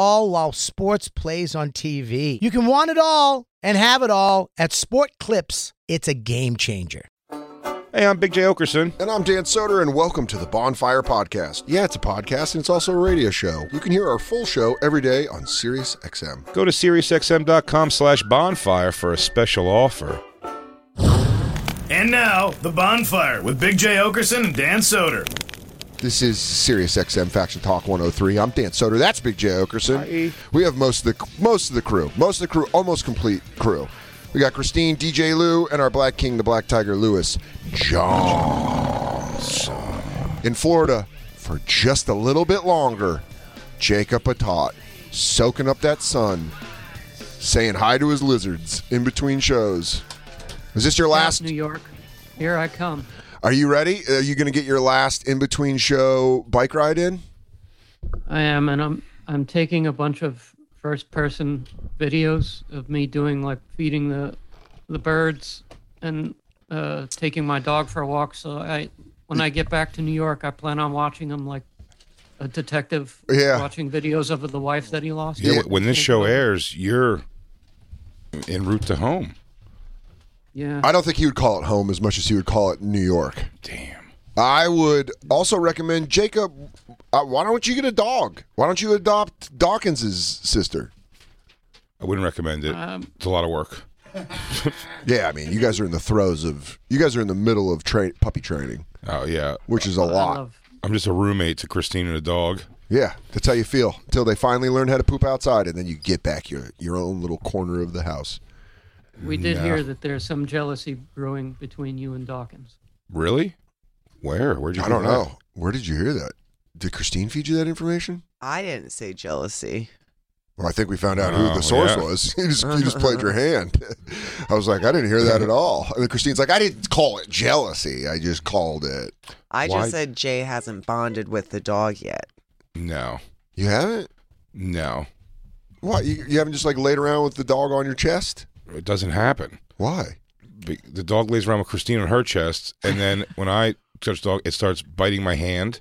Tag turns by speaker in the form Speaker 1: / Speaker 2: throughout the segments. Speaker 1: all while sports plays on TV. You can want it all and have it all at Sport Clips. It's a game changer.
Speaker 2: Hey, I'm Big J. Okerson.
Speaker 3: And I'm Dan Soder, and welcome to the Bonfire Podcast. Yeah, it's a podcast, and it's also a radio show. You can hear our full show every day on Sirius XM.
Speaker 2: Go to SiriusXM.com slash bonfire for a special offer.
Speaker 4: And now, The Bonfire with Big J. Okerson and Dan Soder.
Speaker 3: This is Sirius XM Faction Talk 103. I'm Dan Soder. That's Big J. Okerson. We have most of the most of the crew, most of the crew, almost complete crew. We got Christine, DJ Lou, and our Black King, the Black Tiger, Lewis Johnson. In Florida, for just a little bit longer, Jacob Atot soaking up that sun, saying hi to his lizards in between shows. Is this your last?
Speaker 5: New York. Here I come.
Speaker 3: Are you ready? Are you going to get your last in between show bike ride in?
Speaker 5: I am, and I'm I'm taking a bunch of first person videos of me doing like feeding the the birds and uh, taking my dog for a walk. So I when I get back to New York, I plan on watching them like a detective
Speaker 3: Yeah.
Speaker 5: watching videos of the wife that he lost.
Speaker 2: Yeah, when this show airs, you're en route to home.
Speaker 5: Yeah.
Speaker 3: I don't think he would call it home as much as he would call it New York.
Speaker 2: Damn.
Speaker 3: I would also recommend Jacob. Uh, why don't you get a dog? Why don't you adopt Dawkins's sister?
Speaker 2: I wouldn't recommend it. it's a lot of work.
Speaker 3: Yeah, I mean, you guys are in the throes of. You guys are in the middle of tra- puppy training,
Speaker 2: Oh, yeah.
Speaker 3: which is a
Speaker 5: I
Speaker 3: lot.
Speaker 5: love
Speaker 2: I'm just a roommate to Christine and a dog.
Speaker 3: Yeah, that's how you feel until they finally learn how to poop outside, and then you get back your your own little corner of the house.
Speaker 5: we did hear that there's some jealousy brewing between you and Dawkins.
Speaker 2: Really? Where? Where'd you
Speaker 3: I
Speaker 2: hear
Speaker 3: don't
Speaker 2: that?
Speaker 3: know. Where did you hear that? Did Christine feed you that information?
Speaker 6: I didn't say jealousy.
Speaker 3: Well, I think we found out
Speaker 2: Oh,
Speaker 3: who the source
Speaker 2: yeah.
Speaker 3: was. You just, you just played your hand. I was like, I didn't hear that at all. And then Christine's like, I didn't call it jealousy. I just called it.
Speaker 6: I
Speaker 2: Why-
Speaker 6: just said Jay hasn't bonded with the dog yet.
Speaker 2: No.
Speaker 3: You haven't?
Speaker 2: No.
Speaker 3: What? You, you haven't just like laid around with the dog on your chest?
Speaker 2: It doesn't happen.
Speaker 3: Why?
Speaker 2: Be- The dog lays around with Christine on her chest, and then when I touch the dog, it starts biting my hand.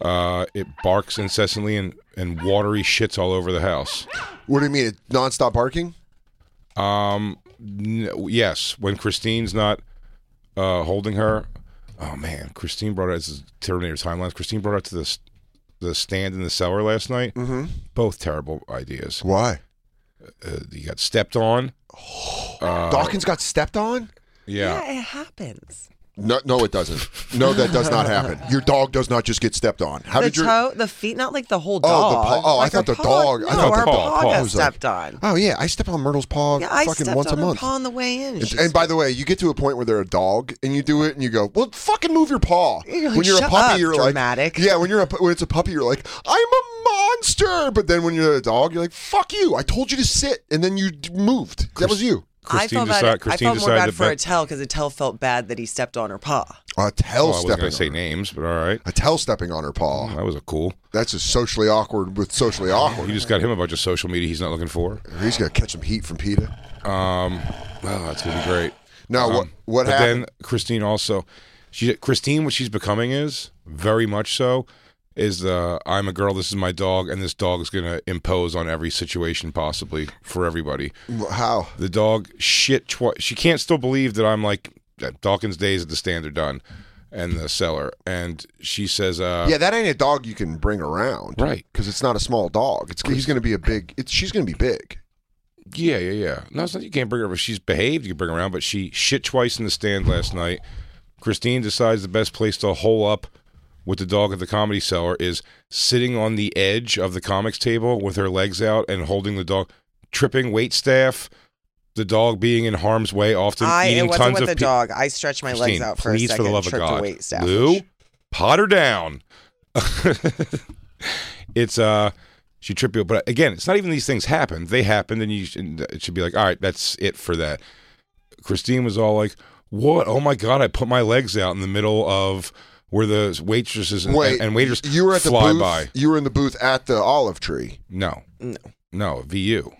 Speaker 2: Uh, it barks incessantly and, and watery shits all over the house.
Speaker 3: What do you mean? It nonstop barking?
Speaker 2: Um, n- yes, when Christine's not uh, holding her. Oh man, Christine brought out this is Terminator timelines. Christine brought out to this the stand in the cellar last night. Mm-hmm. Both terrible ideas.
Speaker 3: Why?
Speaker 2: Uh, you got stepped on.
Speaker 3: Dawkins got stepped on?
Speaker 2: Yeah.
Speaker 6: it happens.
Speaker 3: No, no, it doesn't. No, that does not happen. Your dog does not just get stepped on. How
Speaker 6: the
Speaker 3: did your
Speaker 6: toe, the feet, not like the whole
Speaker 3: Oh,
Speaker 6: dog.
Speaker 3: the paw- oh, I
Speaker 6: Like
Speaker 3: thought
Speaker 6: her
Speaker 3: the
Speaker 6: paw-
Speaker 3: dog-
Speaker 6: No,
Speaker 3: I thought
Speaker 6: her
Speaker 2: the
Speaker 6: paw,
Speaker 2: paw- paw. I
Speaker 6: got
Speaker 2: was
Speaker 3: like-
Speaker 6: stepped on.
Speaker 3: Oh yeah, I step on Myrtle's paw
Speaker 6: Yeah, I
Speaker 3: fucking
Speaker 6: stepped
Speaker 3: once
Speaker 6: on
Speaker 3: a
Speaker 6: her
Speaker 3: month.
Speaker 6: paw on the way in.
Speaker 3: And,
Speaker 6: She's-
Speaker 3: and by the way, you get to a point where they're a dog, and you do it, and you go, "Well, fucking move your paw."
Speaker 6: You're like,
Speaker 3: when you're a
Speaker 6: "Shut
Speaker 3: puppy,
Speaker 6: up,
Speaker 3: you're
Speaker 6: dramatic.
Speaker 3: like, yeah. When you're a, pu- when it's a puppy, you're like, "I'm a monster," but then when you're a dog, you're like, "Fuck you! I told you to sit," and then you d- moved. That was you.
Speaker 6: I
Speaker 2: Christine
Speaker 6: felt bad.
Speaker 2: decide-
Speaker 6: I
Speaker 2: Christine
Speaker 6: felt more
Speaker 2: decided
Speaker 6: bad
Speaker 2: to
Speaker 6: for
Speaker 2: bet-
Speaker 6: Attell because Attell felt bad that he stepped on her paw.
Speaker 3: A
Speaker 2: Well, Oh,
Speaker 3: tail
Speaker 2: I wasn't
Speaker 3: stepping.
Speaker 2: gonna say
Speaker 3: on her.
Speaker 2: names, but all right.
Speaker 3: A tail stepping on her paw.
Speaker 2: That was a cool.
Speaker 3: That's just socially awkward with socially
Speaker 2: You
Speaker 3: awkward.
Speaker 2: just got him a bunch of social media he's not looking for.
Speaker 3: He's gonna catch some heat from PETA.
Speaker 2: Um, well, that's gonna be great.
Speaker 3: Now, Uh, what
Speaker 2: Um,
Speaker 3: what
Speaker 2: but
Speaker 3: happened?
Speaker 2: Then Christine also, she Christine, what she's becoming is very much so is the I'm a girl, this is my dog, and this dog is going to impose on every situation possibly for everybody.
Speaker 3: How?
Speaker 2: The dog shit twice. She can't still believe that I'm like that Dawkins days at the stand are done. and the seller, and she says, uh,
Speaker 3: yeah, that ain't a dog you can bring around,
Speaker 2: Right.
Speaker 3: Because it's not a small dog. It's he's going to be a big. It's she's going to be big.
Speaker 2: Yeah, yeah, yeah. No, it's not you can't bring her over. She's behaved, you can bring her around, but she shit twice in the stand last night. Christine decides the best place to hole up with the dog at the comedy cellar is sitting on the edge of the comics table with her legs out and holding the dog, tripping wait staff, the dog being in harm's way, often
Speaker 6: I it
Speaker 2: eating
Speaker 6: wasn't
Speaker 2: tons
Speaker 6: with
Speaker 2: of
Speaker 6: the
Speaker 2: pe-
Speaker 6: dog. I stretched my legs
Speaker 2: Christine,
Speaker 6: out for a
Speaker 2: please,
Speaker 6: second.
Speaker 2: for the love of
Speaker 6: tripped
Speaker 2: God,
Speaker 6: A weight staff.
Speaker 2: Lou, pot her down. it's uh, she tripped you, but again, it's not even these things happen. They happened, and you sh- and uh, it should be like, all right, that's it for that. Christine was all like, "What? Oh my God! I put my legs out in the middle of." Where the waitresses and,
Speaker 3: Wait,
Speaker 2: and waiters
Speaker 3: You were at the
Speaker 2: fly
Speaker 3: booth.
Speaker 2: by.
Speaker 3: You were in the booth at the olive tree.
Speaker 2: No,
Speaker 6: No.
Speaker 2: no, VU.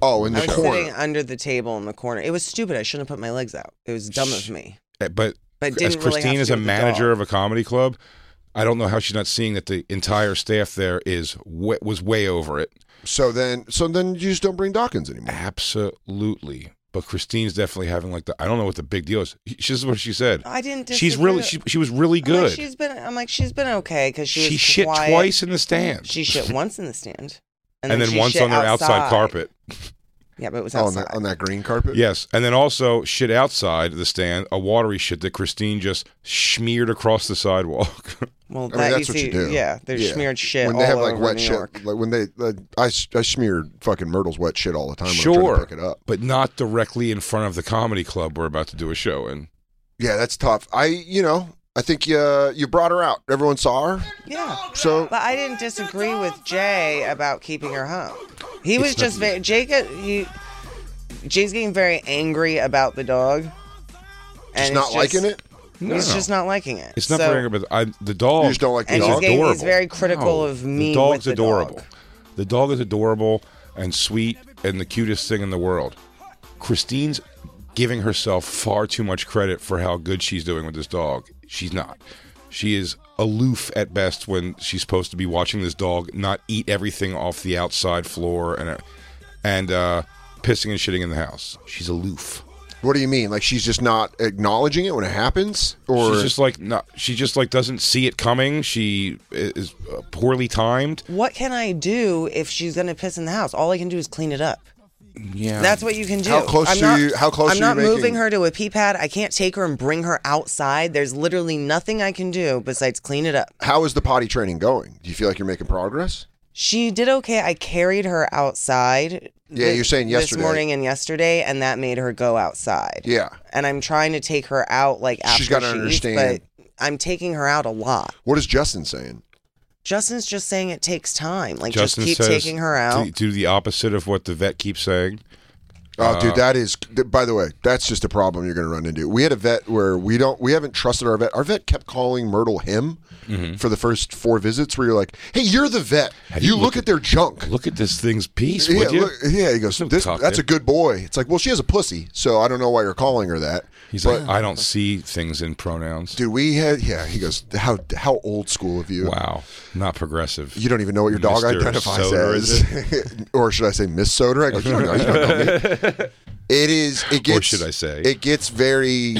Speaker 3: Oh, in the
Speaker 6: I was
Speaker 3: corner.
Speaker 6: sitting under the table in the corner. It was stupid. I shouldn't have put my legs out. It was dumb
Speaker 2: Sh-
Speaker 6: of me.
Speaker 2: Uh, But
Speaker 6: But
Speaker 2: as
Speaker 6: didn't really
Speaker 2: Christine
Speaker 6: have to
Speaker 2: is
Speaker 6: do
Speaker 2: a
Speaker 6: with the
Speaker 2: manager
Speaker 6: dog.
Speaker 2: of a comedy club, I don't know how she's not seeing that the entire staff there is wa- was way over it.
Speaker 3: So then, so then you just don't bring Dawkins anymore.
Speaker 2: Absolutely. But Christine's definitely having like the I don't know what the big deal is. She- This is what she said.
Speaker 6: I didn't.
Speaker 2: She's really she,
Speaker 6: disagree.
Speaker 2: she was really
Speaker 6: I'm like,
Speaker 2: good.
Speaker 6: she's been. I'm like she's been okay because she was
Speaker 2: she shit
Speaker 6: quiet.
Speaker 2: twice in the stand.
Speaker 6: She shit once in the stand,
Speaker 2: and, then,
Speaker 6: she
Speaker 2: once
Speaker 6: shit
Speaker 2: on their outside, carpet.
Speaker 6: Yeah, but it was
Speaker 3: Oh, on
Speaker 6: outside.
Speaker 3: that on that green carpet.
Speaker 2: Yes, and then also shit outside the stand, a watery shit that Christine just smeared across the sidewalk.
Speaker 6: Well,
Speaker 3: I mean,
Speaker 6: that
Speaker 3: that's
Speaker 6: you
Speaker 3: what
Speaker 6: see,
Speaker 3: you do.
Speaker 6: Yeah, there's
Speaker 3: Yeah.
Speaker 6: smeared shit
Speaker 3: when they
Speaker 6: all
Speaker 3: have
Speaker 6: over
Speaker 3: like wet
Speaker 6: New
Speaker 3: shit.
Speaker 6: York.
Speaker 3: Like when they, like, I, s- I smeared fucking Myrtle's wet shit all the time. When I'm
Speaker 2: sure,
Speaker 3: trying to pick it up.
Speaker 2: but not directly in front of the comedy club we're about to do a show in.
Speaker 3: Yeah, that's tough. I, you know, I think uh, you you brought her out. Everyone saw her.
Speaker 6: Yeah.
Speaker 3: So
Speaker 6: But I didn't disagree with Jay about keeping her home. He was just very Jay. got- He Jay's getting very angry about the dog.
Speaker 3: just
Speaker 6: it's
Speaker 3: not liking it.
Speaker 2: No,
Speaker 6: He's
Speaker 2: no, no.
Speaker 6: just not liking it.
Speaker 2: It's not
Speaker 6: So-
Speaker 2: very good, but I, the dog.
Speaker 3: You just don't like the
Speaker 6: And
Speaker 3: dog.
Speaker 6: he's getting- he's
Speaker 2: adorable.
Speaker 6: very critical of me
Speaker 2: The
Speaker 6: with
Speaker 2: dog's
Speaker 6: the dog.
Speaker 2: adorable. The dog is adorable and sweet and the cutest thing in the world. Christine's giving herself far too much credit for how good she's doing with this dog. She's not. She is aloof at best when she's supposed to be watching this dog not eat everything off the outside floor and and uh, pissing and shitting in the house. She's aloof.
Speaker 3: What do you mean? Like she's just not acknowledging it when it happens, or
Speaker 2: she's just like not. She just like doesn't see it coming. She is uh, poorly timed.
Speaker 6: What can I do if she's gonna piss in the house? All I can do is clean it up.
Speaker 2: Yeah,
Speaker 6: That's what you can do.
Speaker 3: How close
Speaker 6: I'm
Speaker 3: are
Speaker 6: not,
Speaker 3: you- how close are
Speaker 6: I'm
Speaker 3: you
Speaker 6: not
Speaker 3: making-
Speaker 6: moving her to a pee pad. I can't take her and bring her outside. There's literally nothing I can do besides clean it up.
Speaker 3: how is the potty training going? Do you feel like you're making progress?
Speaker 6: She did okay. I carried her outside.
Speaker 3: Yeah,
Speaker 6: thi-
Speaker 3: you're saying yesterday.
Speaker 6: This morning and yesterday, and that made her go outside.
Speaker 3: Yeah.
Speaker 6: And I'm trying to take her out like after
Speaker 3: She's gotta
Speaker 6: she
Speaker 3: understand.
Speaker 6: Eats, but I'm taking her out a lot.
Speaker 3: What is Justin saying?
Speaker 6: Justin's just saying it takes time. Like
Speaker 2: Justin
Speaker 6: just keep
Speaker 2: says
Speaker 6: taking her out.
Speaker 2: to- Do the opposite of what the vet keeps saying.
Speaker 3: Oh,
Speaker 2: Uh,
Speaker 3: dude, that is. th- By the way, that's just a problem you're going to run into. We had a vet where we don't, we haven't trusted our vet. Our vet kept calling Myrtle him
Speaker 2: Mm-hmm.
Speaker 3: for the first four visits. Where you're like, "Hey, you're the vet.
Speaker 2: Have
Speaker 3: You,
Speaker 2: you
Speaker 3: look,
Speaker 2: looked
Speaker 3: at their junk."
Speaker 2: Look at this thing's piece,
Speaker 3: yeah,
Speaker 2: would you?
Speaker 3: look- yeah. He goes,
Speaker 2: No
Speaker 3: "This,
Speaker 2: cock
Speaker 3: that's a
Speaker 2: there.
Speaker 3: good boy." It's like, well, she has a pussy, so I don't know why you're calling her that.
Speaker 2: He's
Speaker 3: But-
Speaker 2: like, I don't see things in pronouns.
Speaker 3: dude, we had, yeah. He goes, "How how old school of you?"
Speaker 2: Wow, not progressive.
Speaker 3: You don't even know what your dog
Speaker 2: Mr.
Speaker 3: identifies
Speaker 2: Soder,
Speaker 3: as,
Speaker 2: is
Speaker 3: or should I say Miss Soder? I go, you don't know, you don't know me. It is. It gets.
Speaker 2: Or should I say?
Speaker 3: It gets very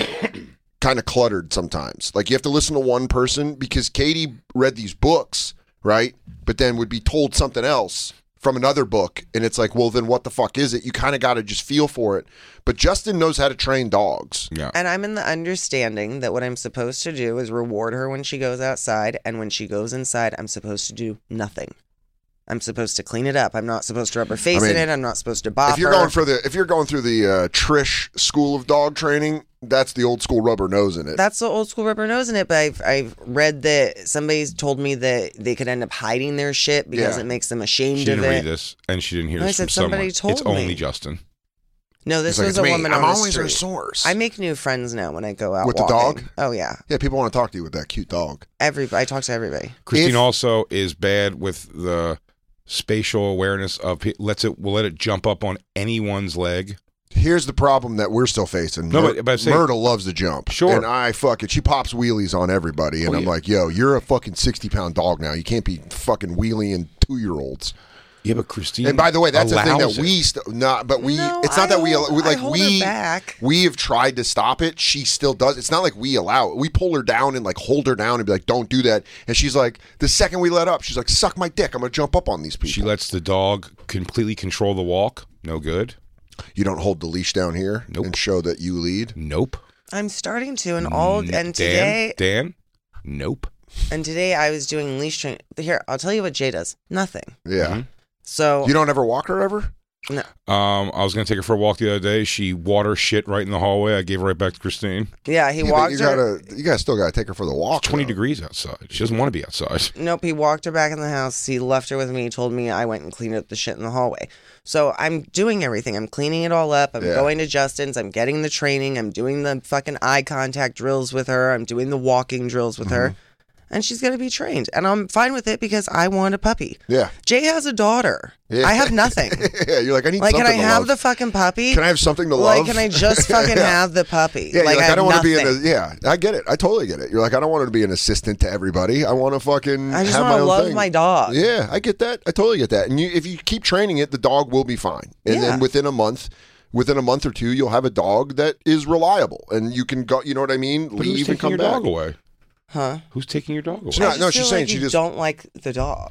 Speaker 3: kind of cluttered sometimes. Like you have to listen to one person because Katie read these books, right? But then would be told something else from another book, and it's like, well, then what the fuck is it? You kind of got to just feel for it. But Justin knows how to train dogs.
Speaker 2: yeah.
Speaker 6: And I'm in the understanding that what I'm supposed to do is reward her when she goes outside, and when she goes inside, I'm supposed to do nothing. I'm supposed to clean it up. I'm not supposed to rub her face
Speaker 3: mean,
Speaker 6: in it. I'm not supposed to bop
Speaker 3: if you're
Speaker 6: her.
Speaker 3: going for the if you're going through the uh, Trish school of dog training, that's the old school rubber nose in it.
Speaker 6: That's the old school rubber nose in it. But I've I've read that somebody's told me that they could end up hiding their shit because
Speaker 3: Yeah.
Speaker 6: it makes them
Speaker 2: she
Speaker 6: ashamed of
Speaker 2: didn't read
Speaker 6: it.
Speaker 2: this, and she didn't hear
Speaker 6: No, I
Speaker 2: this from
Speaker 6: said somebody
Speaker 2: someone.
Speaker 6: told
Speaker 2: it's only
Speaker 6: me.
Speaker 2: Justin.
Speaker 6: No, this
Speaker 3: It's like,
Speaker 6: was
Speaker 3: it's
Speaker 6: a
Speaker 3: me.
Speaker 6: woman
Speaker 3: I'm
Speaker 6: on
Speaker 3: always
Speaker 6: the
Speaker 3: her
Speaker 6: street.
Speaker 3: source.
Speaker 6: I make new friends now when I go out
Speaker 3: With the
Speaker 6: walking.
Speaker 3: dog?
Speaker 6: Oh yeah,
Speaker 3: Yeah, people want to talk to you with that cute dog.
Speaker 6: every I talk to everybody.
Speaker 2: Christine
Speaker 3: If-
Speaker 2: also is bad with the spatial awareness of pe- lets it will let it jump up on anyone's leg.
Speaker 3: Here's the problem that we're still facing.
Speaker 2: No, but- but I'm saying-
Speaker 3: Myrtle loves to jump.
Speaker 2: Sure.
Speaker 3: And I fuck it. She pops wheelies on everybody, and
Speaker 2: Oh,
Speaker 3: I'm
Speaker 2: yeah.
Speaker 3: like, yo, you're a fucking 60 pound dog now. You can't be fucking wheeling two year olds.
Speaker 2: Yeah, but Christine.
Speaker 3: And by the way, that's the thing
Speaker 2: allows
Speaker 3: that
Speaker 2: it.
Speaker 3: we st- not, but we.
Speaker 6: No,
Speaker 3: it's not
Speaker 6: I
Speaker 3: that we, al-
Speaker 6: hold-
Speaker 3: we
Speaker 6: I
Speaker 3: like
Speaker 6: hold her
Speaker 3: we
Speaker 6: back.
Speaker 3: we have tried to stop it. She still does. It's not like we allow it. We pull her down and like hold her down and be like, "Don't do that." And she's like, the second we let up, she's like, "Suck my dick. I'm gonna jump up on these people."
Speaker 2: She lets the dog completely control the walk. No good.
Speaker 3: you don't hold the leash down here
Speaker 2: Nope.
Speaker 3: and show that you lead.
Speaker 2: Nope.
Speaker 6: I'm starting to, and
Speaker 3: Mm,
Speaker 6: all
Speaker 2: Dan,
Speaker 6: and today
Speaker 2: Dan. Nope.
Speaker 6: and today I was doing leash train. Here, I'll tell you what Jay does. Nothing.
Speaker 3: Yeah.
Speaker 2: Mm-hmm.
Speaker 6: So
Speaker 3: You don't ever walk her ever.
Speaker 6: no,
Speaker 2: Um, I was gonna take her for a walk the other day. She water shit right in the hallway. I gave her right back to Christine.
Speaker 6: yeah, he
Speaker 3: Yeah, but
Speaker 6: walked
Speaker 3: you
Speaker 6: her.
Speaker 3: gotta. You guys still gotta take her for the walk.
Speaker 2: It's twenty
Speaker 3: though.
Speaker 2: degrees outside. She doesn't want to be outside.
Speaker 6: Nope, he walked her back in the house. He left her with me. He told me I went and cleaned up the shit in the hallway. So I'm doing everything. I'm cleaning it all up. I'm
Speaker 3: Yeah.
Speaker 6: going to Justin's. I'm getting the training. I'm doing the fucking eye contact drills with her. I'm doing the walking drills with her.
Speaker 3: Mm-hmm.
Speaker 6: And she's going to be trained. And I'm fine with it because I want a puppy.
Speaker 3: Yeah.
Speaker 6: Jay has a daughter. I have nothing.
Speaker 3: yeah. You're like, I need.
Speaker 6: like, can
Speaker 3: something
Speaker 6: I
Speaker 3: to
Speaker 6: have
Speaker 3: love.
Speaker 6: the fucking puppy?
Speaker 3: Can I have something to
Speaker 6: like,
Speaker 3: love?
Speaker 6: can I just fucking
Speaker 3: Yeah.
Speaker 6: have the puppy?
Speaker 3: Yeah, like, like I,
Speaker 6: have
Speaker 3: don't want to be in a
Speaker 6: nothing.
Speaker 3: yeah. I get it. I totally get it. You're like I don't want to be an assistant to everybody. I want to fucking.
Speaker 6: I just
Speaker 3: have
Speaker 6: want
Speaker 3: my
Speaker 6: to
Speaker 3: own
Speaker 6: love
Speaker 3: thing.
Speaker 6: my dog.
Speaker 3: Yeah, I get that. I totally get that. And you, if you keep training it, the dog will be fine. And
Speaker 6: Yeah.
Speaker 3: then within a month, within a month or two, you'll have a dog that is reliable, and you can go. You know what I mean?
Speaker 2: But who's
Speaker 3: Leave
Speaker 2: taking
Speaker 3: and come
Speaker 2: your
Speaker 3: back.
Speaker 2: dog away?
Speaker 6: Huh?
Speaker 2: Who's taking your dog away?
Speaker 3: No,
Speaker 6: I just
Speaker 3: no,
Speaker 6: feel
Speaker 3: she's
Speaker 6: like
Speaker 3: saying she
Speaker 6: you
Speaker 3: just-
Speaker 6: don't like the dog.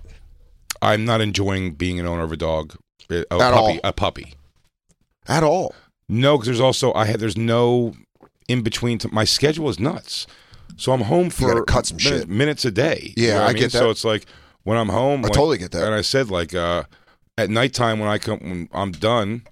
Speaker 2: I'm not enjoying being an owner of a dog. A a
Speaker 3: At
Speaker 2: puppy.
Speaker 3: all.
Speaker 2: A puppy.
Speaker 3: at all.
Speaker 2: No, because there's also I had there's no in between. To, my schedule is nuts, so I'm home for
Speaker 3: gotta cut some
Speaker 2: minute-
Speaker 3: shit.
Speaker 2: minutes a day.
Speaker 3: Yeah,
Speaker 2: what
Speaker 3: I get that.
Speaker 2: So it's like when I'm home,
Speaker 3: I
Speaker 2: like-
Speaker 3: totally get that.
Speaker 2: And I said like uh, at nighttime when I come when I'm done,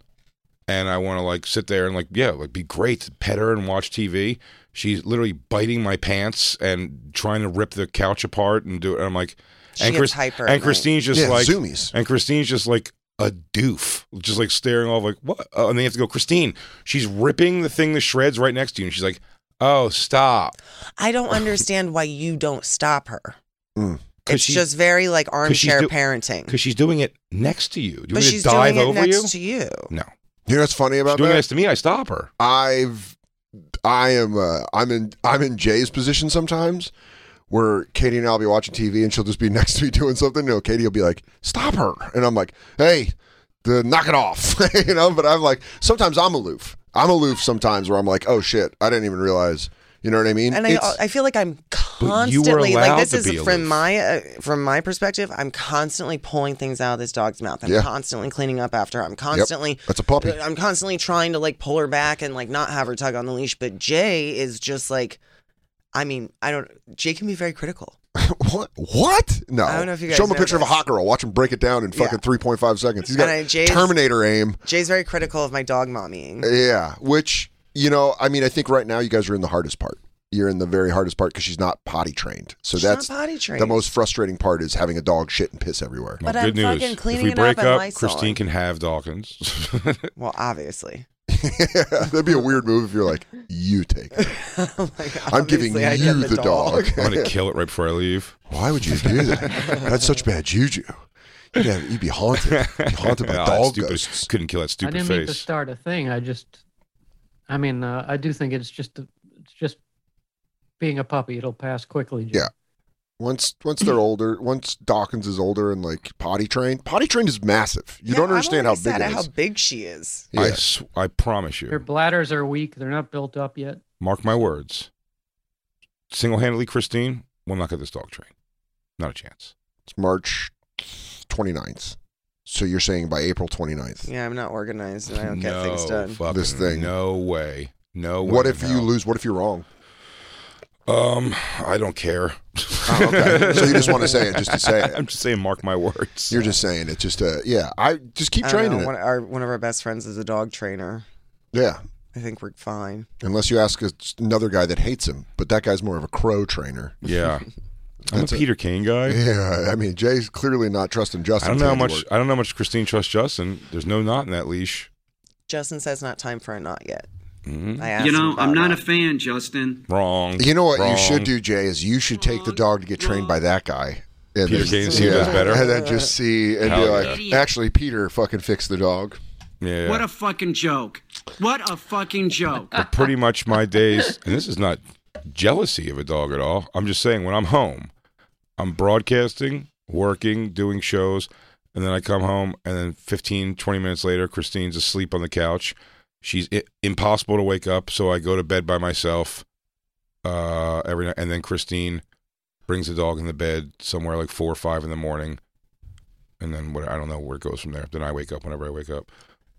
Speaker 2: and I want to like sit there and like yeah like be great to pet her and watch TV. She's literally biting my pants and trying to rip the couch apart and do it. And I'm like,
Speaker 6: She
Speaker 2: and,
Speaker 6: gets hyper at
Speaker 2: and
Speaker 6: night.
Speaker 2: Christine's just
Speaker 3: Yeah,
Speaker 2: like
Speaker 3: zoomies.
Speaker 2: and Christine's just like a doof, just like staring off, like what? Uh, and they have to go, Christine. She's ripping the thing to shreds right next to you, and she's like, "Oh, stop!"
Speaker 6: I don't understand why you don't stop her.
Speaker 2: Because
Speaker 6: It's just very like armchair parenting.
Speaker 2: Because she's doing it next to you. Do you
Speaker 6: But
Speaker 2: want me
Speaker 6: she's
Speaker 2: to dive
Speaker 6: doing it
Speaker 2: over
Speaker 6: next
Speaker 2: you?
Speaker 6: to you.
Speaker 2: no,
Speaker 3: You know what's funny
Speaker 2: she's
Speaker 3: about
Speaker 2: doing it
Speaker 3: that?
Speaker 2: next to me. I stop her.
Speaker 3: I've I am uh, I'm in I'm in Jay's position sometimes where Katie and I'll be watching TV and she'll just be next to me doing something. You know, Katie will be like, "Stop her," and I'm like, "Hey, the, knock it off," you know. But I'm like, sometimes I'm aloof. I'm aloof sometimes where I'm like, "Oh shit, I didn't even realize." You know what I mean?
Speaker 6: And I,
Speaker 3: It's-
Speaker 6: I feel like I'm
Speaker 2: But you were
Speaker 6: constantly like
Speaker 2: allowed
Speaker 6: this
Speaker 2: to
Speaker 6: is
Speaker 2: be
Speaker 6: from
Speaker 2: aloof.
Speaker 6: my uh, from my perspective. I'm constantly pulling things out of this dog's mouth. I'm
Speaker 3: Yeah.
Speaker 6: constantly cleaning up after. her. I'm constantly
Speaker 3: That's a puppy.
Speaker 6: I'm constantly trying to like pull her back and like not have her tug on the leash. But Jay is just like, I mean, I don't. Jay can be very critical.
Speaker 3: what? What? No.
Speaker 6: uh, I don't know if you guys
Speaker 3: Show him a
Speaker 6: know
Speaker 3: picture of
Speaker 6: this.
Speaker 3: a hot girl. Watch him break it down in fucking
Speaker 6: Yeah.
Speaker 3: 3.5 seconds. He's
Speaker 6: And I-
Speaker 3: got
Speaker 6: Jay's-
Speaker 3: Terminator aim.
Speaker 6: Jay's very critical of my dog mommying.
Speaker 3: Yeah, which you know, I mean, I think right now you guys are in the hardest part. You're in the very hardest part because she's not potty trained. So
Speaker 6: She's
Speaker 3: that's
Speaker 6: not potty trained.
Speaker 3: the most frustrating part is having a dog shit and piss everywhere.
Speaker 6: But
Speaker 2: Well,
Speaker 6: I'm
Speaker 2: good news.
Speaker 6: fucking
Speaker 2: if
Speaker 6: cleaning
Speaker 2: we
Speaker 6: it
Speaker 2: break
Speaker 6: up and
Speaker 2: up,
Speaker 6: Lysoling.
Speaker 2: Christine can have Dawkins.
Speaker 6: Well, obviously.
Speaker 3: That'd be a weird move if you're like, you take. It.
Speaker 6: Like,
Speaker 3: I'm giving
Speaker 6: obviously, I get
Speaker 3: you the, dog.
Speaker 2: I'm gonna kill it right before I leave.
Speaker 3: Why would you do that? That's such bad juju. You'd, have, you'd be haunted, You'd be haunted by
Speaker 2: Oh, that
Speaker 3: dog
Speaker 2: stupid-
Speaker 3: ghosts.
Speaker 2: Couldn't kill that
Speaker 5: I
Speaker 2: stupid
Speaker 5: didn't mean to
Speaker 2: face.
Speaker 5: start a thing. I just, I mean, uh, I do think it's just, it's just being a puppy. It'll pass quickly. Jim.
Speaker 3: Yeah. Once, once they're older, once Dawkins is older and like potty trained, potty trained is massive. You
Speaker 6: No,
Speaker 3: don't understand
Speaker 6: I'm
Speaker 3: how
Speaker 6: always
Speaker 3: big
Speaker 6: sad
Speaker 3: it
Speaker 6: at
Speaker 3: is.
Speaker 6: How big she is.
Speaker 3: Yeah.
Speaker 2: I, sw- I promise
Speaker 5: Your
Speaker 2: you.
Speaker 5: bladders are weak. They're not built up yet.
Speaker 2: Mark my words. Single-handedly, Christine will not get this dog trained. Not a chance.
Speaker 3: It's March 29th. So you're saying by April 29th.
Speaker 6: Yeah, I'm not organized and I don't get
Speaker 2: no,
Speaker 6: things done.
Speaker 2: fucking
Speaker 3: This thing.
Speaker 2: No way. No.
Speaker 3: what
Speaker 2: way
Speaker 3: if
Speaker 2: in
Speaker 3: you
Speaker 2: hell.
Speaker 3: lose? What if you're wrong?
Speaker 2: Um, I don't care.
Speaker 3: Oh, okay. so you just want to say it just to say
Speaker 2: I'm
Speaker 3: it.
Speaker 2: just saying, mark my words.
Speaker 3: You're just saying it just to, yeah. I just keep
Speaker 6: I don't know,
Speaker 3: training
Speaker 6: One,
Speaker 3: it.
Speaker 6: our, one of our best friends is a dog trainer.
Speaker 3: Yeah.
Speaker 6: I think we're fine.
Speaker 3: Unless you ask a- another guy that hates him, but that guy's more of a crow trainer.
Speaker 2: yeah, I'm a
Speaker 3: That's it.
Speaker 2: Peter Kane guy.
Speaker 3: Yeah. I mean, Jay's clearly not trusting
Speaker 2: I
Speaker 3: Justin.
Speaker 2: don't know how much. I don't know how much Christine trusts Justin. There's no knot in that leash.
Speaker 6: Justin says not time for a knot yet.
Speaker 2: Mhm.
Speaker 6: I asked
Speaker 7: You know,
Speaker 6: him
Speaker 7: I'm
Speaker 6: about
Speaker 7: not a
Speaker 6: it.
Speaker 7: fan, Justin.
Speaker 2: Wrong.
Speaker 3: You know what
Speaker 2: Wrong.
Speaker 3: you should do, Jay, is you should take the dog to get trained by that guy. And
Speaker 2: Peter
Speaker 3: then-
Speaker 2: Kane, see who does better?
Speaker 3: And then just see and
Speaker 2: Hell
Speaker 3: be like, actually, Peter fucking fixed the dog.
Speaker 2: Yeah.
Speaker 7: What a fucking joke. What a fucking joke.
Speaker 2: But pretty much my days, and this is not jealousy of a dog at all. I'm just saying when I'm home, I'm broadcasting, working, doing shows, And then I come home, and then 15, 20 minutes later, Christine's asleep on the couch. She's i impossible to wake up, so I go to bed by myself uh, every night. And then Christine brings the dog in the bed somewhere like four or five in the morning. And then what I don't know where it goes from there. Then I wake up whenever I wake up.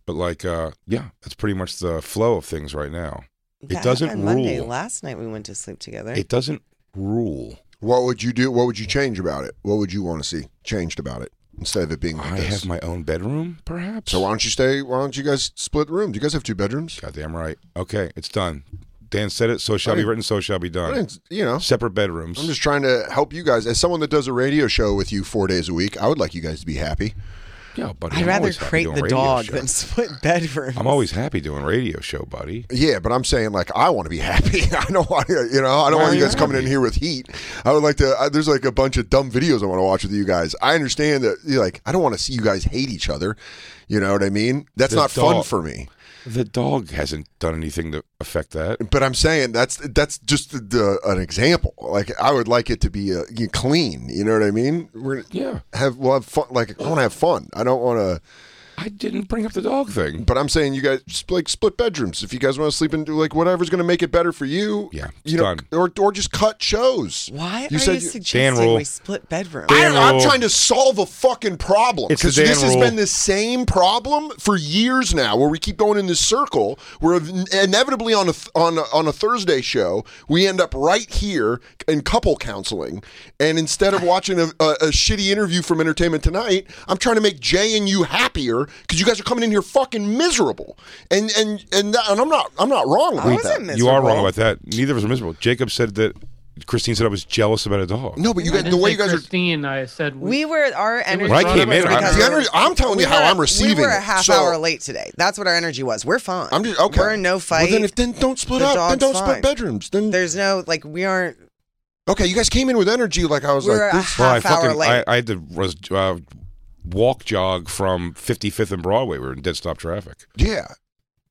Speaker 2: But like, uh, yeah, that's pretty much the flow of things right now.
Speaker 6: That
Speaker 2: it doesn't
Speaker 6: happened
Speaker 2: rule.
Speaker 6: Monday last night we went to sleep together.
Speaker 2: It doesn't rule.
Speaker 3: What would you do? What would you change about it? What would you want to see changed about it instead of it being like
Speaker 2: I
Speaker 3: this?
Speaker 2: have my own bedroom, perhaps.
Speaker 3: so why don't you stay? Why don't you guys split the room? Do you guys have two bedrooms?
Speaker 2: Goddamn right. Okay, it's done. Dan said it. So shall be
Speaker 3: didn't-
Speaker 2: written. So shall be
Speaker 3: I
Speaker 2: done.
Speaker 3: didn't- you know,
Speaker 2: Separate bedrooms.
Speaker 3: I'm just trying to help you guys. As someone that does a radio show with you four days a week, I would like you guys to be happy.
Speaker 2: yeah, buddy.
Speaker 6: I'd
Speaker 2: I'm
Speaker 6: rather
Speaker 2: always happy
Speaker 6: crate
Speaker 2: doing
Speaker 6: the
Speaker 2: radio
Speaker 6: dog
Speaker 2: show.
Speaker 6: than split bedrooms.
Speaker 2: I'm always happy doing radio show, buddy.
Speaker 3: Yeah, but I'm saying like I want to be happy. I don't want to, you know, I don't want you guys coming in here with heat. I would like to. I, there's like a bunch of dumb videos I want to watch with you guys. I understand that. You're like I don't want to see you guys hate each other. You know what I mean? That's
Speaker 2: The
Speaker 3: not fun
Speaker 2: dog.
Speaker 3: for me.
Speaker 2: The dog hasn't done anything to affect that.
Speaker 3: But I'm saying that's that's just the, the, an example. Like I would like it to be uh you know, clean. You know what I mean? We're
Speaker 2: Yeah,
Speaker 3: have we'll have fun. Like I want to have fun. I don't want to.
Speaker 2: I didn't bring up the dog thing.
Speaker 3: But I'm saying you guys just like split bedrooms. If you guys want to sleep in, do like whatever's going to make it better for you.
Speaker 2: Yeah, it's
Speaker 3: you know,
Speaker 2: done.
Speaker 3: or or just cut shows.
Speaker 6: Why
Speaker 3: You
Speaker 6: are
Speaker 3: said
Speaker 6: you
Speaker 3: you-
Speaker 6: suggesting
Speaker 2: Dan rule.
Speaker 6: we split bedrooms?
Speaker 2: Dan-
Speaker 3: I, I'm
Speaker 2: rule.
Speaker 3: trying to solve a fucking problem
Speaker 2: It's the
Speaker 3: because
Speaker 2: Dan
Speaker 3: this has
Speaker 2: rule.
Speaker 3: been the same problem for years now, where we keep going in this circle. Where in- inevitably on a th- on a, on a Thursday show, we end up right here in couple counseling, and instead of watching a, a, a shitty interview from Entertainment Tonight, I'm trying to make Jay and you happier because you guys are coming in here fucking miserable, and and and, that, and I'm not I'm not wrong
Speaker 6: I
Speaker 3: about that.
Speaker 6: wasn't miserable.
Speaker 2: You are wrong about that. Neither of us are miserable. Jacob said that. Christine said I was jealous about a dog.
Speaker 3: No, but you
Speaker 5: I
Speaker 3: guys,
Speaker 5: didn't
Speaker 3: the way
Speaker 5: say
Speaker 3: you guys are
Speaker 5: Christine, I said
Speaker 6: We were our energy.
Speaker 2: When I came in,
Speaker 6: was
Speaker 2: I-
Speaker 6: because
Speaker 2: The
Speaker 6: we
Speaker 3: energy- I'm telling
Speaker 6: we
Speaker 3: you how
Speaker 6: were-
Speaker 3: I'm receiving
Speaker 6: We were a
Speaker 3: it.
Speaker 6: half
Speaker 3: So-
Speaker 6: hour late today. That's what our energy was. We're fine.
Speaker 3: I'm just okay.
Speaker 6: We're in no fight.
Speaker 3: Well, then if then don't split
Speaker 6: The
Speaker 3: up. Then
Speaker 6: dog's
Speaker 3: don't split
Speaker 6: fine.
Speaker 3: bedrooms. Then
Speaker 6: There's no like we aren't.
Speaker 3: okay. You guys came in with energy. Like I was
Speaker 6: We're
Speaker 3: like,
Speaker 6: uh, a
Speaker 3: this,
Speaker 6: half
Speaker 2: well, I
Speaker 6: hour
Speaker 2: fucking
Speaker 6: late.
Speaker 2: I, I had to was, uh, walk jog from 55th and Broadway. We were in dead stop traffic,
Speaker 3: yeah.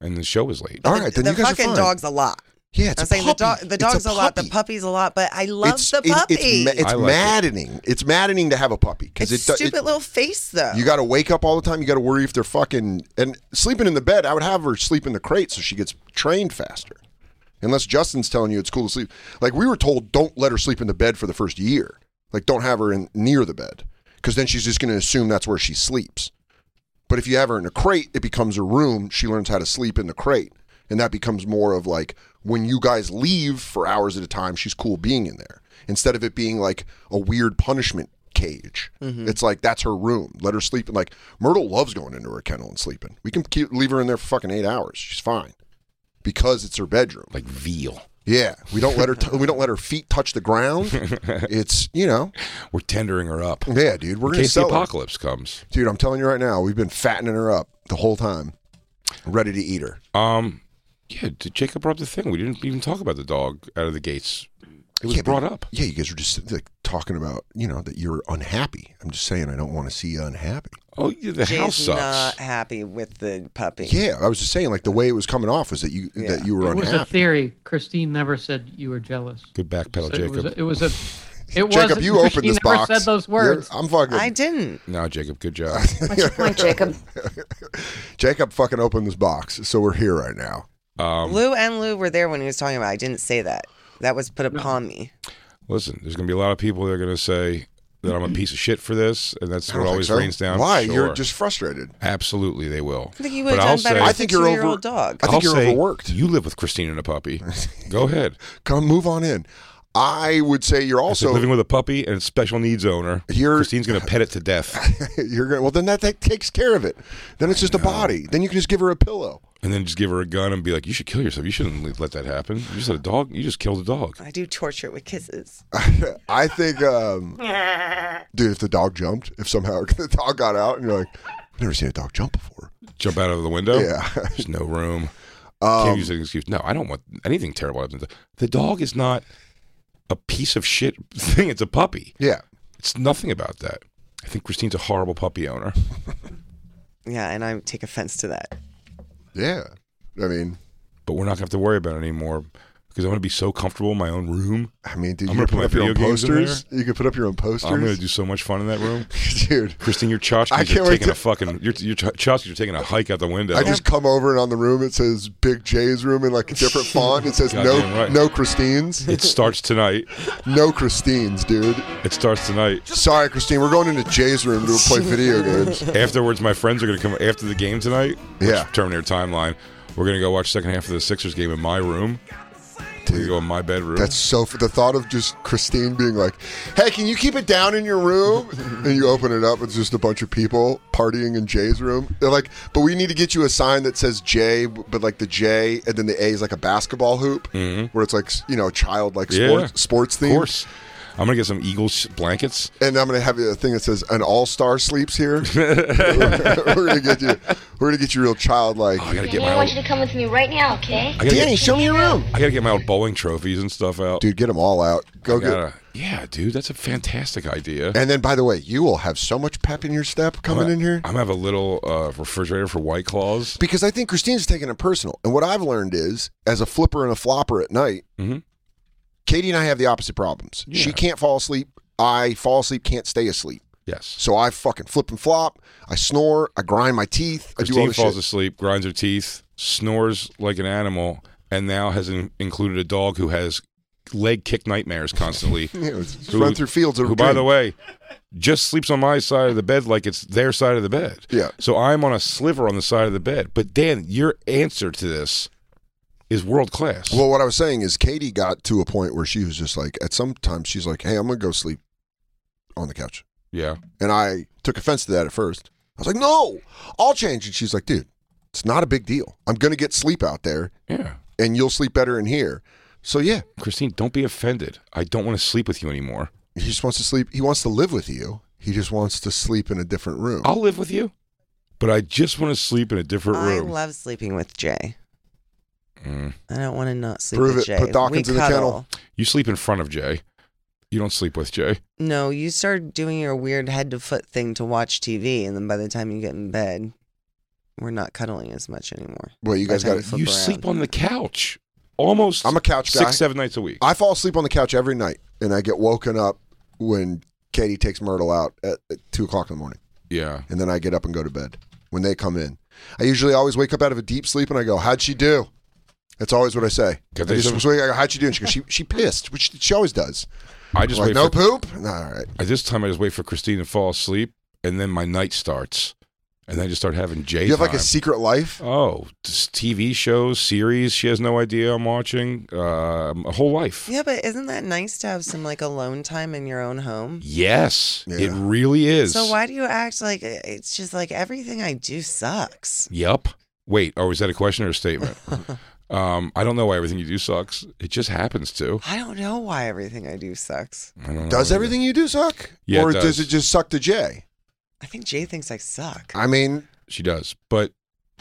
Speaker 2: and the show was late.
Speaker 3: All right,
Speaker 6: the
Speaker 3: then you guys are
Speaker 6: fucking
Speaker 3: fine.
Speaker 6: dog's a lot.
Speaker 3: Yeah, it's
Speaker 6: I'm
Speaker 3: a
Speaker 6: saying the
Speaker 3: puppy.
Speaker 6: dog, the
Speaker 3: It's a
Speaker 6: dog's a, lot, the
Speaker 3: puppy.
Speaker 6: puppy's a lot, but I love
Speaker 3: It's-
Speaker 6: the
Speaker 3: it-
Speaker 6: puppy.
Speaker 3: it's ma- it's
Speaker 2: I like it.
Speaker 3: maddening. It's maddening to have a puppy because
Speaker 6: It's
Speaker 3: it, do-
Speaker 6: stupid
Speaker 3: it
Speaker 6: little face though.
Speaker 3: you got to wake up all the time. You got to worry if they're fucking and sleeping in the bed. I would have her sleep in the crate so she gets trained faster. Unless Justin's telling you it's cool to sleep. Like we were told, don't let her sleep in the bed for the first year. Like don't have her in near the bed because then she's just going to assume that's where she sleeps. But if you have her in a crate, it becomes her room. She learns how to sleep in the crate, and that becomes more of like when you guys leave for hours at a time, she's cool being in there instead of it being like a weird punishment cage.
Speaker 2: Mm-hmm.
Speaker 3: It's like that's her room. Let her sleep. And like Myrtle loves going into her kennel and sleeping. We can keep, leave her in there for fucking eight hours. She's fine because it's her bedroom.
Speaker 2: Like veal.
Speaker 3: Yeah, we don't let her. T- we don't let her feet touch the ground. It's you know,
Speaker 2: We're tendering her up.
Speaker 3: yeah, dude. We're
Speaker 2: in
Speaker 3: gonna
Speaker 2: case the
Speaker 3: sell her.
Speaker 2: apocalypse comes.
Speaker 3: Dude, I'm telling you right now, we've been fattening her up the whole time, ready to eat her.
Speaker 2: Um, yeah, d- Jacob brought up the thing. We didn't even talk about the dog out of the gates. It was
Speaker 3: Yeah, but-
Speaker 2: brought up.
Speaker 3: Yeah, you guys were just like talking about, you know, that you're unhappy. I'm just saying, I don't want to see you unhappy.
Speaker 2: Oh, yeah, the
Speaker 6: Jay's
Speaker 2: house sucks.
Speaker 6: not happy with the puppy.
Speaker 3: Yeah, I was just saying, like the way it was coming off was that you
Speaker 6: Yeah.
Speaker 3: that you were
Speaker 5: it was a
Speaker 3: unhappy.
Speaker 5: theory. Christine never said you were jealous.
Speaker 2: Good backpedal,
Speaker 5: So it, was
Speaker 2: Jacob.
Speaker 5: a, it was a. It was.
Speaker 3: Jacob, you opened
Speaker 5: Christine
Speaker 3: this
Speaker 5: never
Speaker 3: box.
Speaker 5: said those
Speaker 3: You're-
Speaker 5: words.
Speaker 3: I'm fucking.
Speaker 6: I didn't.
Speaker 2: no, Jacob, good job.
Speaker 8: What's your point, Jacob?
Speaker 3: Jacob fucking opened this box, so we're here right now.
Speaker 2: Um,
Speaker 6: Lou and Lou were there when he was talking about. it. I didn't say that. That was put upon me.
Speaker 2: listen, there's going to be a lot of people that are going to say that I'm a piece of shit for this, and that's
Speaker 3: I don't
Speaker 2: what
Speaker 3: think
Speaker 2: always
Speaker 3: so.
Speaker 2: rains down.
Speaker 3: Why? You're
Speaker 2: Sure.
Speaker 3: just frustrated.
Speaker 2: absolutely they will.
Speaker 6: I think you
Speaker 2: But
Speaker 6: would have
Speaker 2: I'll
Speaker 6: done better.
Speaker 2: say-
Speaker 6: with
Speaker 3: I think
Speaker 6: a
Speaker 3: you're
Speaker 6: two-year-old
Speaker 3: over-
Speaker 6: Dog.
Speaker 3: I think
Speaker 2: I'll
Speaker 3: you're
Speaker 2: say
Speaker 3: overworked.
Speaker 2: You live with Christine and a puppy. Go ahead.
Speaker 3: Come, move on in. I would say you're
Speaker 2: Also
Speaker 3: also
Speaker 2: living with a puppy and a special needs owner.
Speaker 3: You're-
Speaker 2: Christine's going to pet it to death,
Speaker 3: you're gonna well then that, that takes care of it then it's just a body then you can just give her a pillow
Speaker 2: and then just give her a gun and be like, "You should kill yourself. You shouldn't le- let that happen. You just had a dog. You just killed a dog."
Speaker 6: I do torture with kisses.
Speaker 3: i think um dude if the dog jumped if somehow the dog got out and you're like i've never seen a dog jump before
Speaker 2: Jump out of the window.
Speaker 3: Yeah. Um,
Speaker 2: there's no room. Can't use it as an excuse. No, I don't want anything terrible. to happen. The dog is not a piece of shit thing. It's a puppy.
Speaker 3: yeah
Speaker 2: It's nothing about that. I think Christine's a horrible puppy owner.
Speaker 6: Yeah, and I take offense to that.
Speaker 3: yeah i mean
Speaker 2: but we're not going to have to worry about it anymore because I want to be so comfortable in my own room.
Speaker 3: I mean, dude,
Speaker 2: I'm
Speaker 3: you
Speaker 2: gonna
Speaker 3: could put
Speaker 2: put
Speaker 3: up
Speaker 2: my
Speaker 3: your own
Speaker 2: video games in there.
Speaker 3: posters. You could put up your own posters.
Speaker 2: I'm going to do so much fun in that room.
Speaker 3: dude.
Speaker 2: Christine, your tchotchkes
Speaker 3: I
Speaker 2: are
Speaker 3: can't
Speaker 2: taking
Speaker 3: wait to-
Speaker 2: a fucking your your tchotchkes are taking a hike out the window.
Speaker 3: I just come over and on the room it says Big J's room in like a different font. It says no,
Speaker 2: Goddamn right.
Speaker 3: no Christine's,
Speaker 2: it starts tonight.
Speaker 3: no Christine's, dude.
Speaker 2: It starts tonight.
Speaker 3: Sorry, Christine, we're going into Jay's room to play video games.
Speaker 2: Afterwards, my friends are going to come after the game tonight. which
Speaker 3: Yeah.
Speaker 2: Terminator timeline. We're going to go watch second half of the Sixers game in my room. We're going to go in my bedroom.
Speaker 3: That's so. The thought of just Christine being like, "Hey, can you keep it down in your room?" and you open it up, it's just a bunch of people partying in Jay's room. They're like, "But we need to get you a sign that says J, but like the J, and then the A is like a basketball hoop, where it's like you know, child like
Speaker 2: Mm-hmm. Yeah.
Speaker 3: sports sports
Speaker 2: of
Speaker 3: theme."
Speaker 2: course. I'm going to get some Eagles blankets.
Speaker 3: And I'm gonna have a thing that says an all star sleeps here. we're gonna get you. We're gonna get you real childlike.
Speaker 2: Oh, I got to get
Speaker 8: Danny,
Speaker 2: my
Speaker 8: I want you
Speaker 2: old,
Speaker 8: to come with me right now, okay?
Speaker 2: I gotta get,
Speaker 1: show me your room.
Speaker 2: I gotta get my old bowling trophies and stuff out.
Speaker 3: Dude, get them all out. Go
Speaker 2: I
Speaker 3: get.
Speaker 2: gotta- yeah, dude, that's a fantastic idea.
Speaker 3: Oh, And then, by the way, you will have so much pep in your step coming
Speaker 2: I'm
Speaker 3: in here.
Speaker 2: I'm gonna have a little uh, refrigerator for White Claws.
Speaker 3: Because I think Christine's taking it personal. And what I've learned is, as a flipper and a flopper at night,
Speaker 2: Mhm.
Speaker 3: Katie and I have the opposite problems. She can't fall asleep. I fall asleep, can't stay asleep.
Speaker 2: Yes.
Speaker 3: So I fucking flip and flop. I snore. I grind my teeth. I do all
Speaker 2: Christine
Speaker 3: this
Speaker 2: falls
Speaker 3: shit.
Speaker 2: asleep, grinds her teeth, snores like an animal, and now has in- included a dog who has leg kick nightmares constantly.
Speaker 3: You know, just
Speaker 2: Who-
Speaker 3: run through fields of
Speaker 2: who, by
Speaker 3: dream.
Speaker 2: the way, just sleeps on my side of the bed like it's their side of the bed.
Speaker 3: Yeah.
Speaker 2: So I'm on a sliver on the side of the bed. But Dan, your answer to this is world class.
Speaker 3: Well, what I was saying is Katie got to a point where she was just like, at some time, she's like, hey, I'm going to go sleep on the couch.
Speaker 2: yeah.
Speaker 3: And I took offense to that at first. I was like, no, I'll change. And she's like, dude, it's not a big deal. I'm going to get sleep out there
Speaker 2: Yeah.
Speaker 3: and you'll sleep better in here. So, yeah,
Speaker 2: Christine, don't be offended. I don't want to sleep with you anymore.
Speaker 3: he just wants to sleep. He wants to live with you. He just wants to sleep in a different room.
Speaker 2: I'll live with you, but I just want to sleep in a different
Speaker 6: I
Speaker 2: room.
Speaker 6: love sleeping with Jay.
Speaker 2: Mm.
Speaker 6: I don't want to not sleep
Speaker 3: Prove
Speaker 6: with
Speaker 3: it.
Speaker 6: Jay.
Speaker 3: Put
Speaker 6: We
Speaker 3: Dawkins in the
Speaker 6: cuddle.
Speaker 3: kennel.
Speaker 2: You sleep in front of Jay. You don't sleep with Jay.
Speaker 6: No, you start doing your weird head to foot thing to watch TV, and then by the time you get in bed, we're not cuddling as much anymore.
Speaker 3: Well, you
Speaker 6: By
Speaker 3: guys
Speaker 6: the time
Speaker 3: gotta-
Speaker 6: we flip
Speaker 2: you
Speaker 6: around.
Speaker 2: sleep on the couch almost.
Speaker 3: I'm a couch guy.
Speaker 2: Six, seven nights a week.
Speaker 3: I fall asleep on the couch every night and I get woken up when Katie takes Myrtle out at, at two o'clock in the morning.
Speaker 2: yeah.
Speaker 3: and then I get up and go to bed when they come in. I usually always wake up out of a deep sleep and I go, "How'd she do?" That's always what I say. I
Speaker 2: Can they
Speaker 3: just
Speaker 2: some-
Speaker 3: wake- I go, "How'd she do?" And she goes, "She she pissed," which she always does.
Speaker 2: I just
Speaker 3: I'm
Speaker 2: wait
Speaker 3: like no
Speaker 2: for,
Speaker 3: poop. And, All right,
Speaker 2: At this time, I just wait for Christine to fall asleep, and then my night starts, and then I just start having Jay.
Speaker 3: you have like a
Speaker 2: time.
Speaker 3: secret life.
Speaker 2: oh, just TV shows, series. She has no idea I'm watching. Uh, a whole life.
Speaker 6: Yeah, but isn't that nice to have some like alone time in your own home?
Speaker 2: Yes,
Speaker 3: Yeah.
Speaker 2: it really is.
Speaker 6: So why do you act like eh, it's just like everything I do sucks?
Speaker 2: Yep. Wait, or was that a question or a statement? um, I don't know why everything you do sucks. It just happens to.
Speaker 6: I don't know why everything I do sucks.
Speaker 2: I don't know
Speaker 3: Does
Speaker 2: either.
Speaker 3: everything you do suck,
Speaker 2: Yeah, it
Speaker 3: or does
Speaker 2: does.
Speaker 3: it just suck to Jay?
Speaker 6: I think Jay thinks I suck.
Speaker 3: I mean,
Speaker 2: She does, but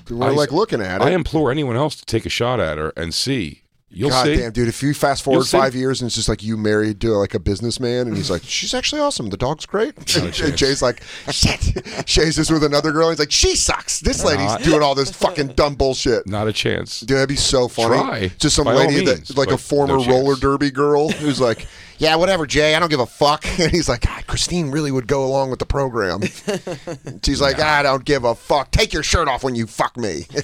Speaker 3: we're
Speaker 2: I-
Speaker 3: like looking at it.
Speaker 2: I implore anyone else to take a shot at her and see. You'll
Speaker 3: God
Speaker 2: see.
Speaker 3: damn, dude! If you fast
Speaker 2: You'll
Speaker 3: forward
Speaker 2: see.
Speaker 3: five years and it's just like you married to like a businessman, and he's like, "She's actually awesome. The dog's great."
Speaker 2: a
Speaker 3: And
Speaker 2: chance.
Speaker 3: Jay's like, "Shit." Shay's just with another girl. He's like, "She sucks. This lady's
Speaker 2: Not-
Speaker 3: doing all this fucking dumb bullshit."
Speaker 2: Not a chance.
Speaker 3: Dude, that'd be so funny.
Speaker 2: Try,
Speaker 3: Just some
Speaker 2: by all
Speaker 3: lady
Speaker 2: means,
Speaker 3: that, like a
Speaker 2: but
Speaker 3: former
Speaker 2: no chance.
Speaker 3: roller derby girl, who's like, "Yeah, whatever, Jay. I don't give a fuck." And he's like, God, "Christine really would go along with the program." She's like, "I don't give a fuck. Take your shirt off when you fuck me.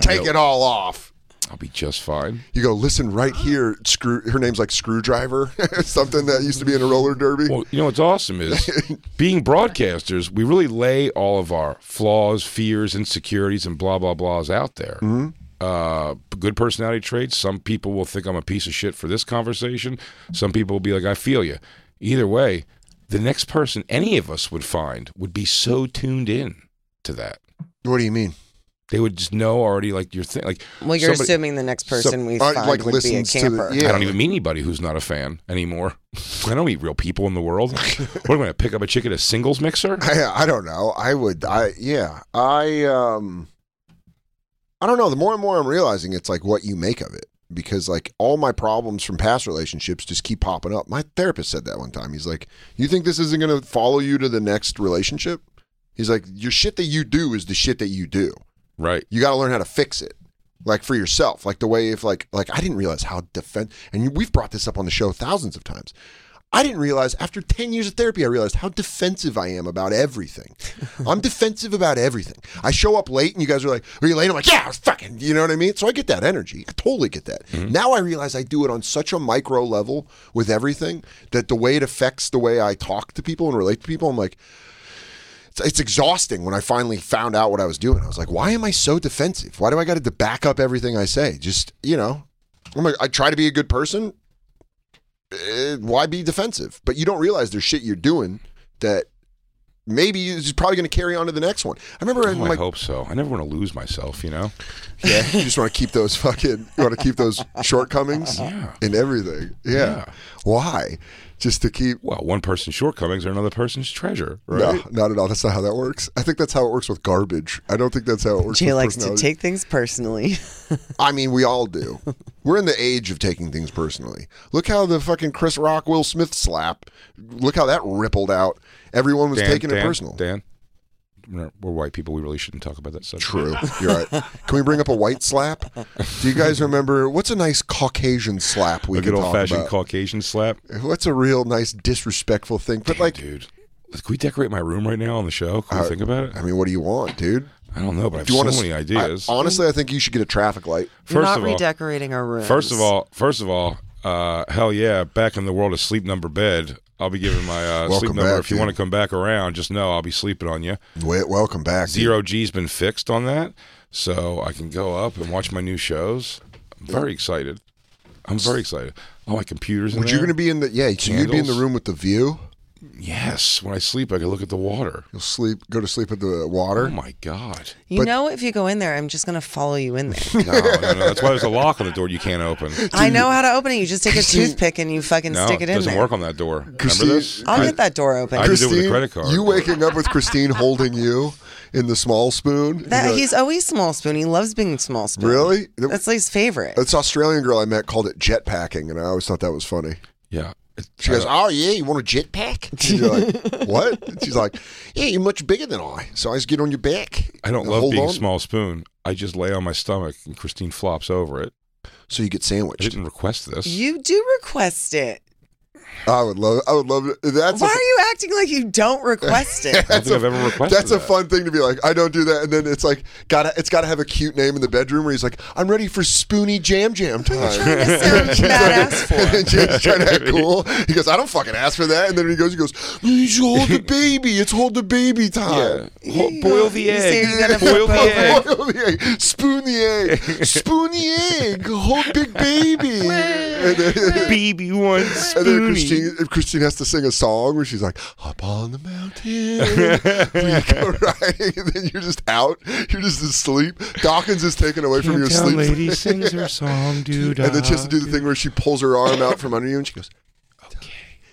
Speaker 3: Take it all off."
Speaker 2: I'll be just fine.
Speaker 3: You go listen right here. Screw. Her name's like Screwdriver, something that used to be in a roller derby.
Speaker 2: Well, you know what's awesome is being broadcasters, we really lay all of our flaws, fears, insecurities, and blah, blah, blahs out there.
Speaker 3: Mm-hmm.
Speaker 2: Uh, good personality traits. Some people will think I'm a piece of shit for this conversation. Some people will be like, I feel you. Either way, the next person any of us would find would be so tuned in to that.
Speaker 3: what do you mean?
Speaker 2: They would just know already, like, your thing. Like,
Speaker 6: well, you're
Speaker 2: somebody-
Speaker 6: assuming the next
Speaker 2: some-
Speaker 6: person we
Speaker 3: I-
Speaker 6: find
Speaker 3: like,
Speaker 6: would be a
Speaker 3: listens to the-
Speaker 6: camper.
Speaker 3: yeah.
Speaker 2: I don't even meet anybody who's not a fan anymore. I don't meet real people in the world. what am I going to pick up a chick at a singles mixer?
Speaker 3: I, I don't know. I would. I yeah. I um. I don't know. The more and more I'm realizing, it's like what you make of it. Because like all my problems from past relationships just keep popping up. My therapist said that one time. He's like, "You think this isn't going to follow you to the next relationship?" He's like, "Your shit that you do is the shit that you do.
Speaker 2: Right.
Speaker 3: You got to learn how to fix it." like for yourself like the way if like like i didn't realize how defend and you, we've brought this up on the show thousands of times i didn't realize after 10 years of therapy i realized how defensive i am about everything i'm defensive about everything i show up late and you guys are like are you late i'm like yeah i was fucking you know what i mean so i get that energy i totally get that now i realize i do it on such a micro level with everything that the way it affects the way i talk to people and relate to people i'm like it's, it's exhausting when I finally found out what I was doing. I was like, why am I so defensive? Why do I got to back up everything I say? Just, you know, I'm like, I try to be a good person. Eh, why be defensive? But you don't realize there's shit you're doing that maybe is probably going to carry on to the next one. I remember in
Speaker 2: Oh, I
Speaker 3: my
Speaker 2: hope so. I never want to lose myself, you know?
Speaker 3: yeah, you just want to keep those fucking, you want to keep those shortcomings in everything. Yeah. Why? Just to keep
Speaker 2: Well, one person's shortcomings are another person's treasure, right?
Speaker 3: No, not at all. That's not how that works. I think that's how it works with garbage. I don't think that's how it works.
Speaker 6: Jay
Speaker 3: with
Speaker 6: likes to
Speaker 3: personality.
Speaker 6: take things personally.
Speaker 3: I mean, we all do. We're in the age of taking things personally. Look how the fucking Chris Rock Will Smith slap. Look how that rippled out. Everyone was taking it
Speaker 2: Dan,
Speaker 3: personal.
Speaker 2: Dan, we're, we're white people. We really shouldn't talk about that subject.
Speaker 3: True. You're right. Can we bring up a white slap? Do you guys remember what's a nice Caucasian slap we
Speaker 2: a
Speaker 3: could
Speaker 2: good
Speaker 3: talk
Speaker 2: old fashioned
Speaker 3: about?
Speaker 2: Caucasian slap.
Speaker 3: what's a real nice disrespectful thing? But
Speaker 2: Damn,
Speaker 3: like,
Speaker 2: dude, can we decorate my room right now on the show? Can
Speaker 3: Uh,
Speaker 2: we think about it?
Speaker 3: I mean, what do you want, dude?
Speaker 2: I don't know, but I have
Speaker 3: Do you
Speaker 2: so
Speaker 3: want to-
Speaker 2: many ideas.
Speaker 3: I- honestly, I think you should get a traffic light.
Speaker 6: We're
Speaker 2: first
Speaker 6: not
Speaker 2: of all,
Speaker 6: redecorating our room.
Speaker 2: first of all, first of all, uh, hell yeah, back in the world of sleep number bed. I'll be giving my uh,
Speaker 3: Welcome
Speaker 2: sleep number.
Speaker 3: back,
Speaker 2: if you
Speaker 3: dude.
Speaker 2: want to come back around, just know I'll be sleeping on you.
Speaker 3: Wait, welcome back. dude.
Speaker 2: Zero G's been fixed on that, so I can go up and watch my new shows. I'm very excited. I'm very excited. All my computers. In
Speaker 3: Would you
Speaker 2: there.
Speaker 3: going to be in the yeah? So you'd be in the
Speaker 2: Candles.
Speaker 3: room with the view.
Speaker 2: Yes. When I sleep, I can look at the water.
Speaker 3: You'll sleep, go to sleep at the
Speaker 2: Oh
Speaker 3: water.
Speaker 2: my god.
Speaker 6: you
Speaker 3: but-
Speaker 6: know, if you go in there, I'm just gonna follow you in there.
Speaker 2: No, no, no. That's why there's a lock on the door you can't open.
Speaker 6: I know how to open it. You just take a
Speaker 3: Christine-
Speaker 6: toothpick and you fucking
Speaker 2: No,
Speaker 6: stick
Speaker 2: it
Speaker 6: it in
Speaker 2: doesn't
Speaker 6: there.
Speaker 2: work on that door. Remember
Speaker 3: Christine-
Speaker 2: this?
Speaker 6: I'll
Speaker 2: I-
Speaker 6: get that door open.
Speaker 2: I- could do it with a credit card.
Speaker 3: you waking up with Christine holding you in the small spoon. and
Speaker 6: that
Speaker 3: you're
Speaker 6: he's always small spoon. He loves being small spoon.
Speaker 3: Really?
Speaker 6: That's like his favorite.
Speaker 3: like, this Australian girl I met called it jetpacking, and I always thought that was funny.
Speaker 2: Yeah. It-
Speaker 3: She
Speaker 2: I
Speaker 3: goes,
Speaker 2: don't-
Speaker 3: "Oh yeah, you want a jetpack?" And You're like, "What?" And she's like, "Yeah, you're much bigger than I, so I just get on your back."
Speaker 2: I don't
Speaker 3: and
Speaker 2: love
Speaker 3: hold
Speaker 2: being
Speaker 3: on."
Speaker 2: small spoon. I just lay on my stomach and Christine flops over it.
Speaker 3: So you get
Speaker 2: I
Speaker 3: sandwiched.
Speaker 2: didn't request this.
Speaker 6: You do request it.
Speaker 3: I would love. I would love. That's
Speaker 6: Why
Speaker 3: a-
Speaker 6: are you acting like you don't request it?
Speaker 2: I don't think I've ever requested
Speaker 3: That's a
Speaker 2: that.
Speaker 3: fun thing to be like. I don't do that, and then it's like, gotta, it's got to have a cute name in the bedroom where he's like, "I'm ready for spoony jam jam time."
Speaker 6: Trying to sound badass for
Speaker 3: and
Speaker 6: it.
Speaker 3: then James trying to act cool. He goes, "I don't fucking ask for that." And then he goes, "He goes, you should hold the baby. It's hold the baby time."
Speaker 2: Yeah. Ho- boil the
Speaker 6: You say
Speaker 2: egg.
Speaker 6: you're gonna
Speaker 2: Boil the
Speaker 6: flip over.
Speaker 2: egg.
Speaker 3: Boil the egg. Spoon the egg. Spoon the egg. Hold big baby. and then,
Speaker 2: Baby one
Speaker 3: and then
Speaker 2: spoony.
Speaker 3: Christine, Christine has to sing a song where she's like, "Up on the mountain, we go riding," and then you're just out. You're just asleep. Dawkins is taken away from your
Speaker 2: Camptown
Speaker 3: sleep.
Speaker 2: lady sings her song, dude.
Speaker 3: And then she has to do the thing where she pulls her arm out from under you and she goes, "Okay,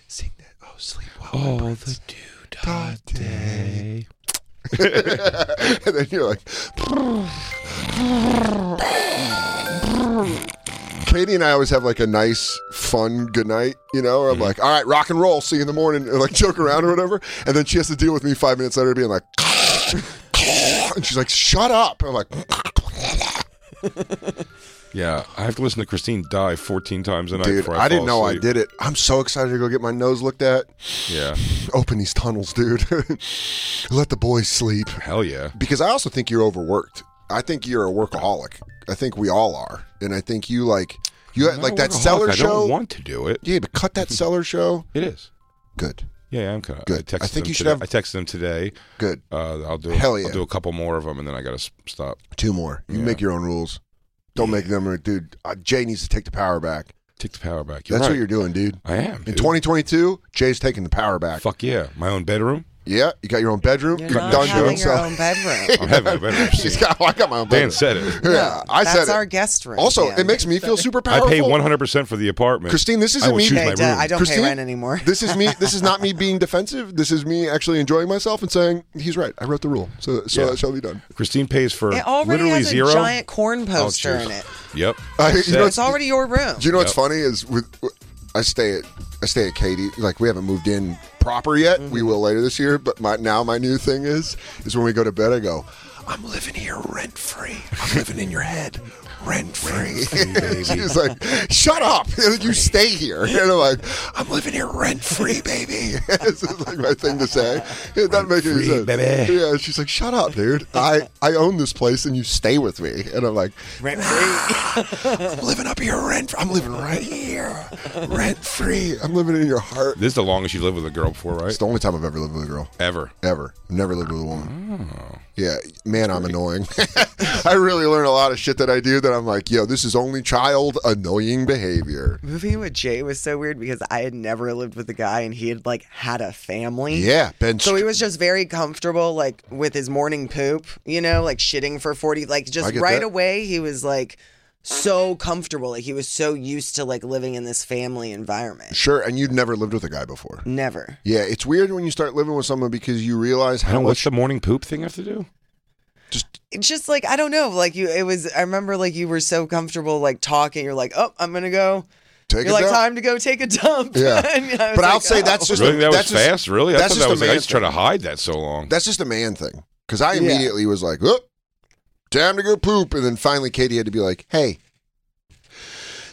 Speaker 3: sing that. Oh, sleep well."
Speaker 2: All the doodah day.
Speaker 3: and then you're like, Katie and I always have like a nice, fun good night, you know. Where I'm
Speaker 2: Mm-hmm.
Speaker 3: like, "All right, rock and roll. See you in the morning," and like joke around or whatever. And then she has to deal with me five minutes later being like, and she's like, "Shut up." I'm like,
Speaker 2: Yeah, I have to listen to Christine die 14 times a night
Speaker 3: "Dude,
Speaker 2: before
Speaker 3: I,
Speaker 2: I,
Speaker 3: didn't
Speaker 2: fall
Speaker 3: know I
Speaker 2: asleep.
Speaker 3: did it. I'm so excited to go get my nose looked at.
Speaker 2: Yeah,
Speaker 3: Open these tunnels, dude. Let the boys sleep."
Speaker 2: hell yeah.
Speaker 3: because I also think you're overworked. I think you're a workaholic. I think we all are, and I think you like you had
Speaker 2: I'm
Speaker 3: like
Speaker 2: not a
Speaker 3: that seller
Speaker 2: workaholic. I
Speaker 3: show.
Speaker 2: don't want to do it.
Speaker 3: yeah, but cut that seller show.
Speaker 2: It is.
Speaker 3: Good,
Speaker 2: Yeah, I'm kind of
Speaker 3: Good.
Speaker 2: I, texted
Speaker 3: I think
Speaker 2: them
Speaker 3: you should
Speaker 2: today-
Speaker 3: have-
Speaker 2: I texted them today.
Speaker 3: good.
Speaker 2: Uh, I'll do.
Speaker 3: Hell yeah.
Speaker 2: I'll do a couple more of them, and then I gotta s- stop.
Speaker 3: Two more. You
Speaker 2: Yeah.
Speaker 3: make your own rules. Don't make them, dude. Uh, Jay needs to take the power back.
Speaker 2: Take the power back.
Speaker 3: That's what
Speaker 2: right.
Speaker 3: you're doing, dude.
Speaker 2: I am.
Speaker 3: In
Speaker 2: dude.
Speaker 3: 2022, Jay's taking the power back.
Speaker 2: Fuck yeah, my own bedroom.
Speaker 3: Yeah, you got your own bedroom.
Speaker 6: You're
Speaker 3: You're
Speaker 6: not
Speaker 3: done doing
Speaker 6: having your
Speaker 3: so.
Speaker 6: own bedroom.
Speaker 2: I'm having a bedroom.
Speaker 3: She's got. I got my own bedroom.
Speaker 2: Dan said it.
Speaker 3: Yeah, I
Speaker 6: That's
Speaker 3: said
Speaker 6: our
Speaker 3: it.
Speaker 6: guest room.
Speaker 3: Also,
Speaker 6: Dan.
Speaker 3: it makes me feel super
Speaker 2: I
Speaker 3: powerful.
Speaker 2: pay 100 percent for the apartment.
Speaker 3: Christine, this isn't
Speaker 2: I will
Speaker 3: me-
Speaker 2: choose
Speaker 3: Yeah,
Speaker 2: my
Speaker 6: Hey, Dan,
Speaker 2: room.
Speaker 6: I don't
Speaker 3: Christine,
Speaker 6: pay rent anymore.
Speaker 3: this is me. This is not me being defensive. This is me actually enjoying myself and saying he's right. I wrote the rule, so so
Speaker 2: Yeah.
Speaker 3: that shall be done.
Speaker 2: Christine pays for
Speaker 6: It already
Speaker 2: literally
Speaker 6: has a
Speaker 2: zero.
Speaker 6: giant corn
Speaker 2: I'll
Speaker 6: poster
Speaker 2: choose.
Speaker 6: in it.
Speaker 2: Yep.
Speaker 3: I- you know,
Speaker 6: It's already your room.
Speaker 3: Do you know what's
Speaker 2: Yep.
Speaker 3: funny is with I stay at I stay at Katie. Like we haven't moved in proper yet. We will later this year. But my now my new thing is is when we go to bed, I go.
Speaker 8: I'm living here rent free. I'm living in your head rent free.
Speaker 3: She's like, shut up. You stay here. And I'm like,
Speaker 8: I'm living here rent free, baby.
Speaker 3: this is like my thing to say. It doesn't make any
Speaker 8: Free,
Speaker 3: sense.
Speaker 8: baby.
Speaker 3: Yeah, she's like, shut up, dude. I, I own this place and you stay with me. And I'm like,
Speaker 6: Rent free.
Speaker 8: I'm living up here rent. I'm living right here rent free.
Speaker 3: free. I'm living in your heart.
Speaker 2: This is the longest you lived with a girl before, right?
Speaker 3: It's the only time I've ever lived with a girl.
Speaker 2: Ever.
Speaker 3: Ever. I've never lived with a woman.
Speaker 8: Oh.
Speaker 3: Yeah, man, I'm annoying. I really learn a lot of shit that I do that I'm like, yo, this is only child annoying behavior.
Speaker 6: Moving with Jay was so weird because I had never lived with a guy and he had like had a family.
Speaker 3: Yeah, Ben.
Speaker 6: So he was just very comfortable, like with his morning poop, you know, like shitting for 40. Like
Speaker 3: I
Speaker 6: just
Speaker 3: get
Speaker 6: right
Speaker 3: that.
Speaker 6: away, he was like so comfortable. Like he was so used to like living in this family environment.
Speaker 3: sure, and you'd never lived with a guy before.
Speaker 6: Never.
Speaker 3: Yeah, it's weird when you start living with someone because you realize
Speaker 2: I
Speaker 3: how
Speaker 2: don't. What's
Speaker 3: much
Speaker 2: the morning poop thing have to do?
Speaker 3: just
Speaker 6: It's just like, I don't know. Like you, it was, I remember like you were so comfortable, like talking. You're like, oh, I'm going to go.
Speaker 3: take
Speaker 6: You're
Speaker 3: it
Speaker 6: like,
Speaker 3: down.
Speaker 6: time to go take a dump.
Speaker 3: Yeah.
Speaker 6: And I was
Speaker 3: But I'll
Speaker 6: like,
Speaker 3: say
Speaker 6: oh.
Speaker 3: that's just
Speaker 2: really,
Speaker 3: a-
Speaker 2: that was
Speaker 3: that's just-
Speaker 2: fast. Really, I thought
Speaker 3: that's
Speaker 2: that
Speaker 3: just a
Speaker 2: was. Like, I
Speaker 3: man
Speaker 2: used to try to
Speaker 3: thing.
Speaker 2: hide that so long.
Speaker 3: That's just a man thing. Because I
Speaker 6: Yeah.
Speaker 3: immediately was like, "Whoop, time to go poop," and then finally Katie had to be like, "Hey,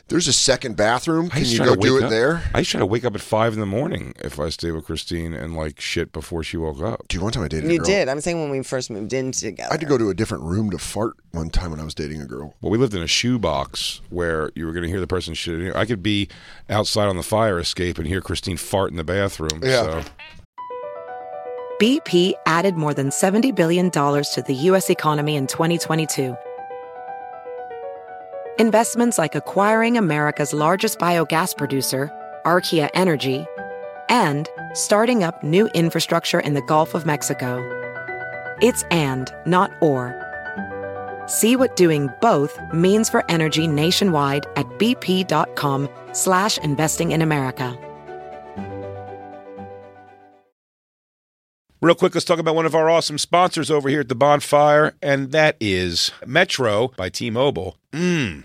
Speaker 3: there's a second bathroom.
Speaker 2: I
Speaker 3: Can
Speaker 2: used to
Speaker 3: you
Speaker 2: try
Speaker 3: go
Speaker 2: to
Speaker 3: do
Speaker 2: wake
Speaker 3: it
Speaker 2: up-
Speaker 3: there?"
Speaker 2: I used to try to wake up at five in the morning if I stayed with Christine and like shit before she woke up.
Speaker 3: Do you one time I dated a
Speaker 6: You
Speaker 3: girl?
Speaker 6: did. I'm saying when we first moved in together.
Speaker 3: I had to go to a different room to fart one time when I was dating a girl.
Speaker 2: Well, we lived in a shoebox where you were going to hear the person shitting. I could be outside on the fire escape and hear Christine fart in the bathroom. So.
Speaker 3: Yeah.
Speaker 9: BP added more than $70 billion to the U.S. economy in 2022. Investments like acquiring America's largest biogas producer, Archaea Energy, and starting up new infrastructure in the Gulf of Mexico. It's and, not or. See what doing both means for energy nationwide at bp.com slash investing in America.
Speaker 2: Real quick, let's talk about one of our awesome sponsors over here at the bonfire, and that is Metro by T Mobile. Mmm.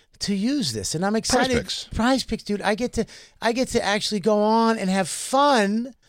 Speaker 1: to use this. And I'm excited.
Speaker 2: Picks.
Speaker 1: Prize picks, dude. I get to I get to actually go on and have fun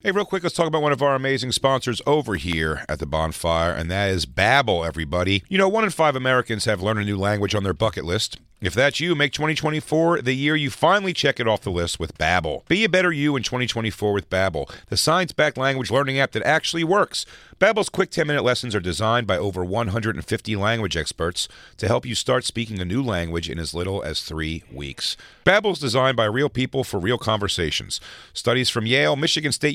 Speaker 2: Hey, real quick, let's talk about one of our amazing sponsors over here at the bonfire, and that is Babbel, everybody. You know, one in five Americans have learned a new language on their bucket list. If that's you, make 2024 the year you finally check it off the list with Babbel. Be a better you in 2024 with Babbel, the science-backed language learning app that actually works. Babbel's quick 10-minute lessons are designed by over 150 language experts to help you start speaking a new language in as little as 3 weeks. Babbel's designed by real people for real conversations. Studies from Yale, Michigan State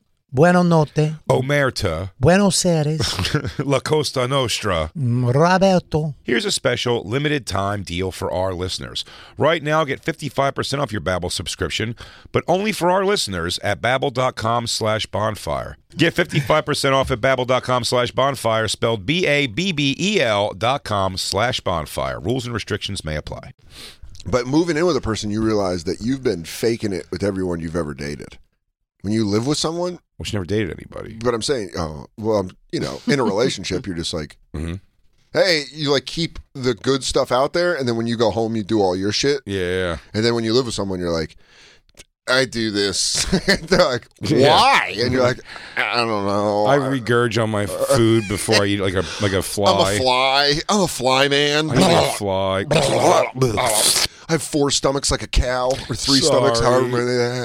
Speaker 1: Buenos notte.
Speaker 2: Omerta,
Speaker 1: Buenos Aires.
Speaker 2: La Costa Nostra.
Speaker 1: Roberto.
Speaker 2: Here's a special limited time deal for our listeners. Right now, get 55% off your Babbel subscription, but only for our listeners at babbel.com slash bonfire. Get 55% off at babbel.com slash bonfire, spelled B-A-B-B-E-L E dot com slash bonfire. Rules and restrictions may apply.
Speaker 3: But moving in with a person, you realize that you've been faking it with everyone you've ever dated. When you live with someone,
Speaker 2: Well, she never dated anybody.
Speaker 3: but I'm saying, oh, well, I'm, you know, in a relationship, you're just like,
Speaker 2: Mhm.
Speaker 3: hey, you like keep the good stuff out there, and then when you go home, you do all your shit,
Speaker 2: Yeah.
Speaker 3: and then when you live with someone, you're like, I do this. They're like,
Speaker 2: Yeah.
Speaker 3: why? And you're like, I don't know.
Speaker 2: I regurge on my food before I eat like a like a fly.
Speaker 3: I'm a fly. I'm a fly man.
Speaker 2: I eat like a fly.
Speaker 3: I have four stomachs like a cow, or three stomachs,
Speaker 2: Sorry.
Speaker 3: however many they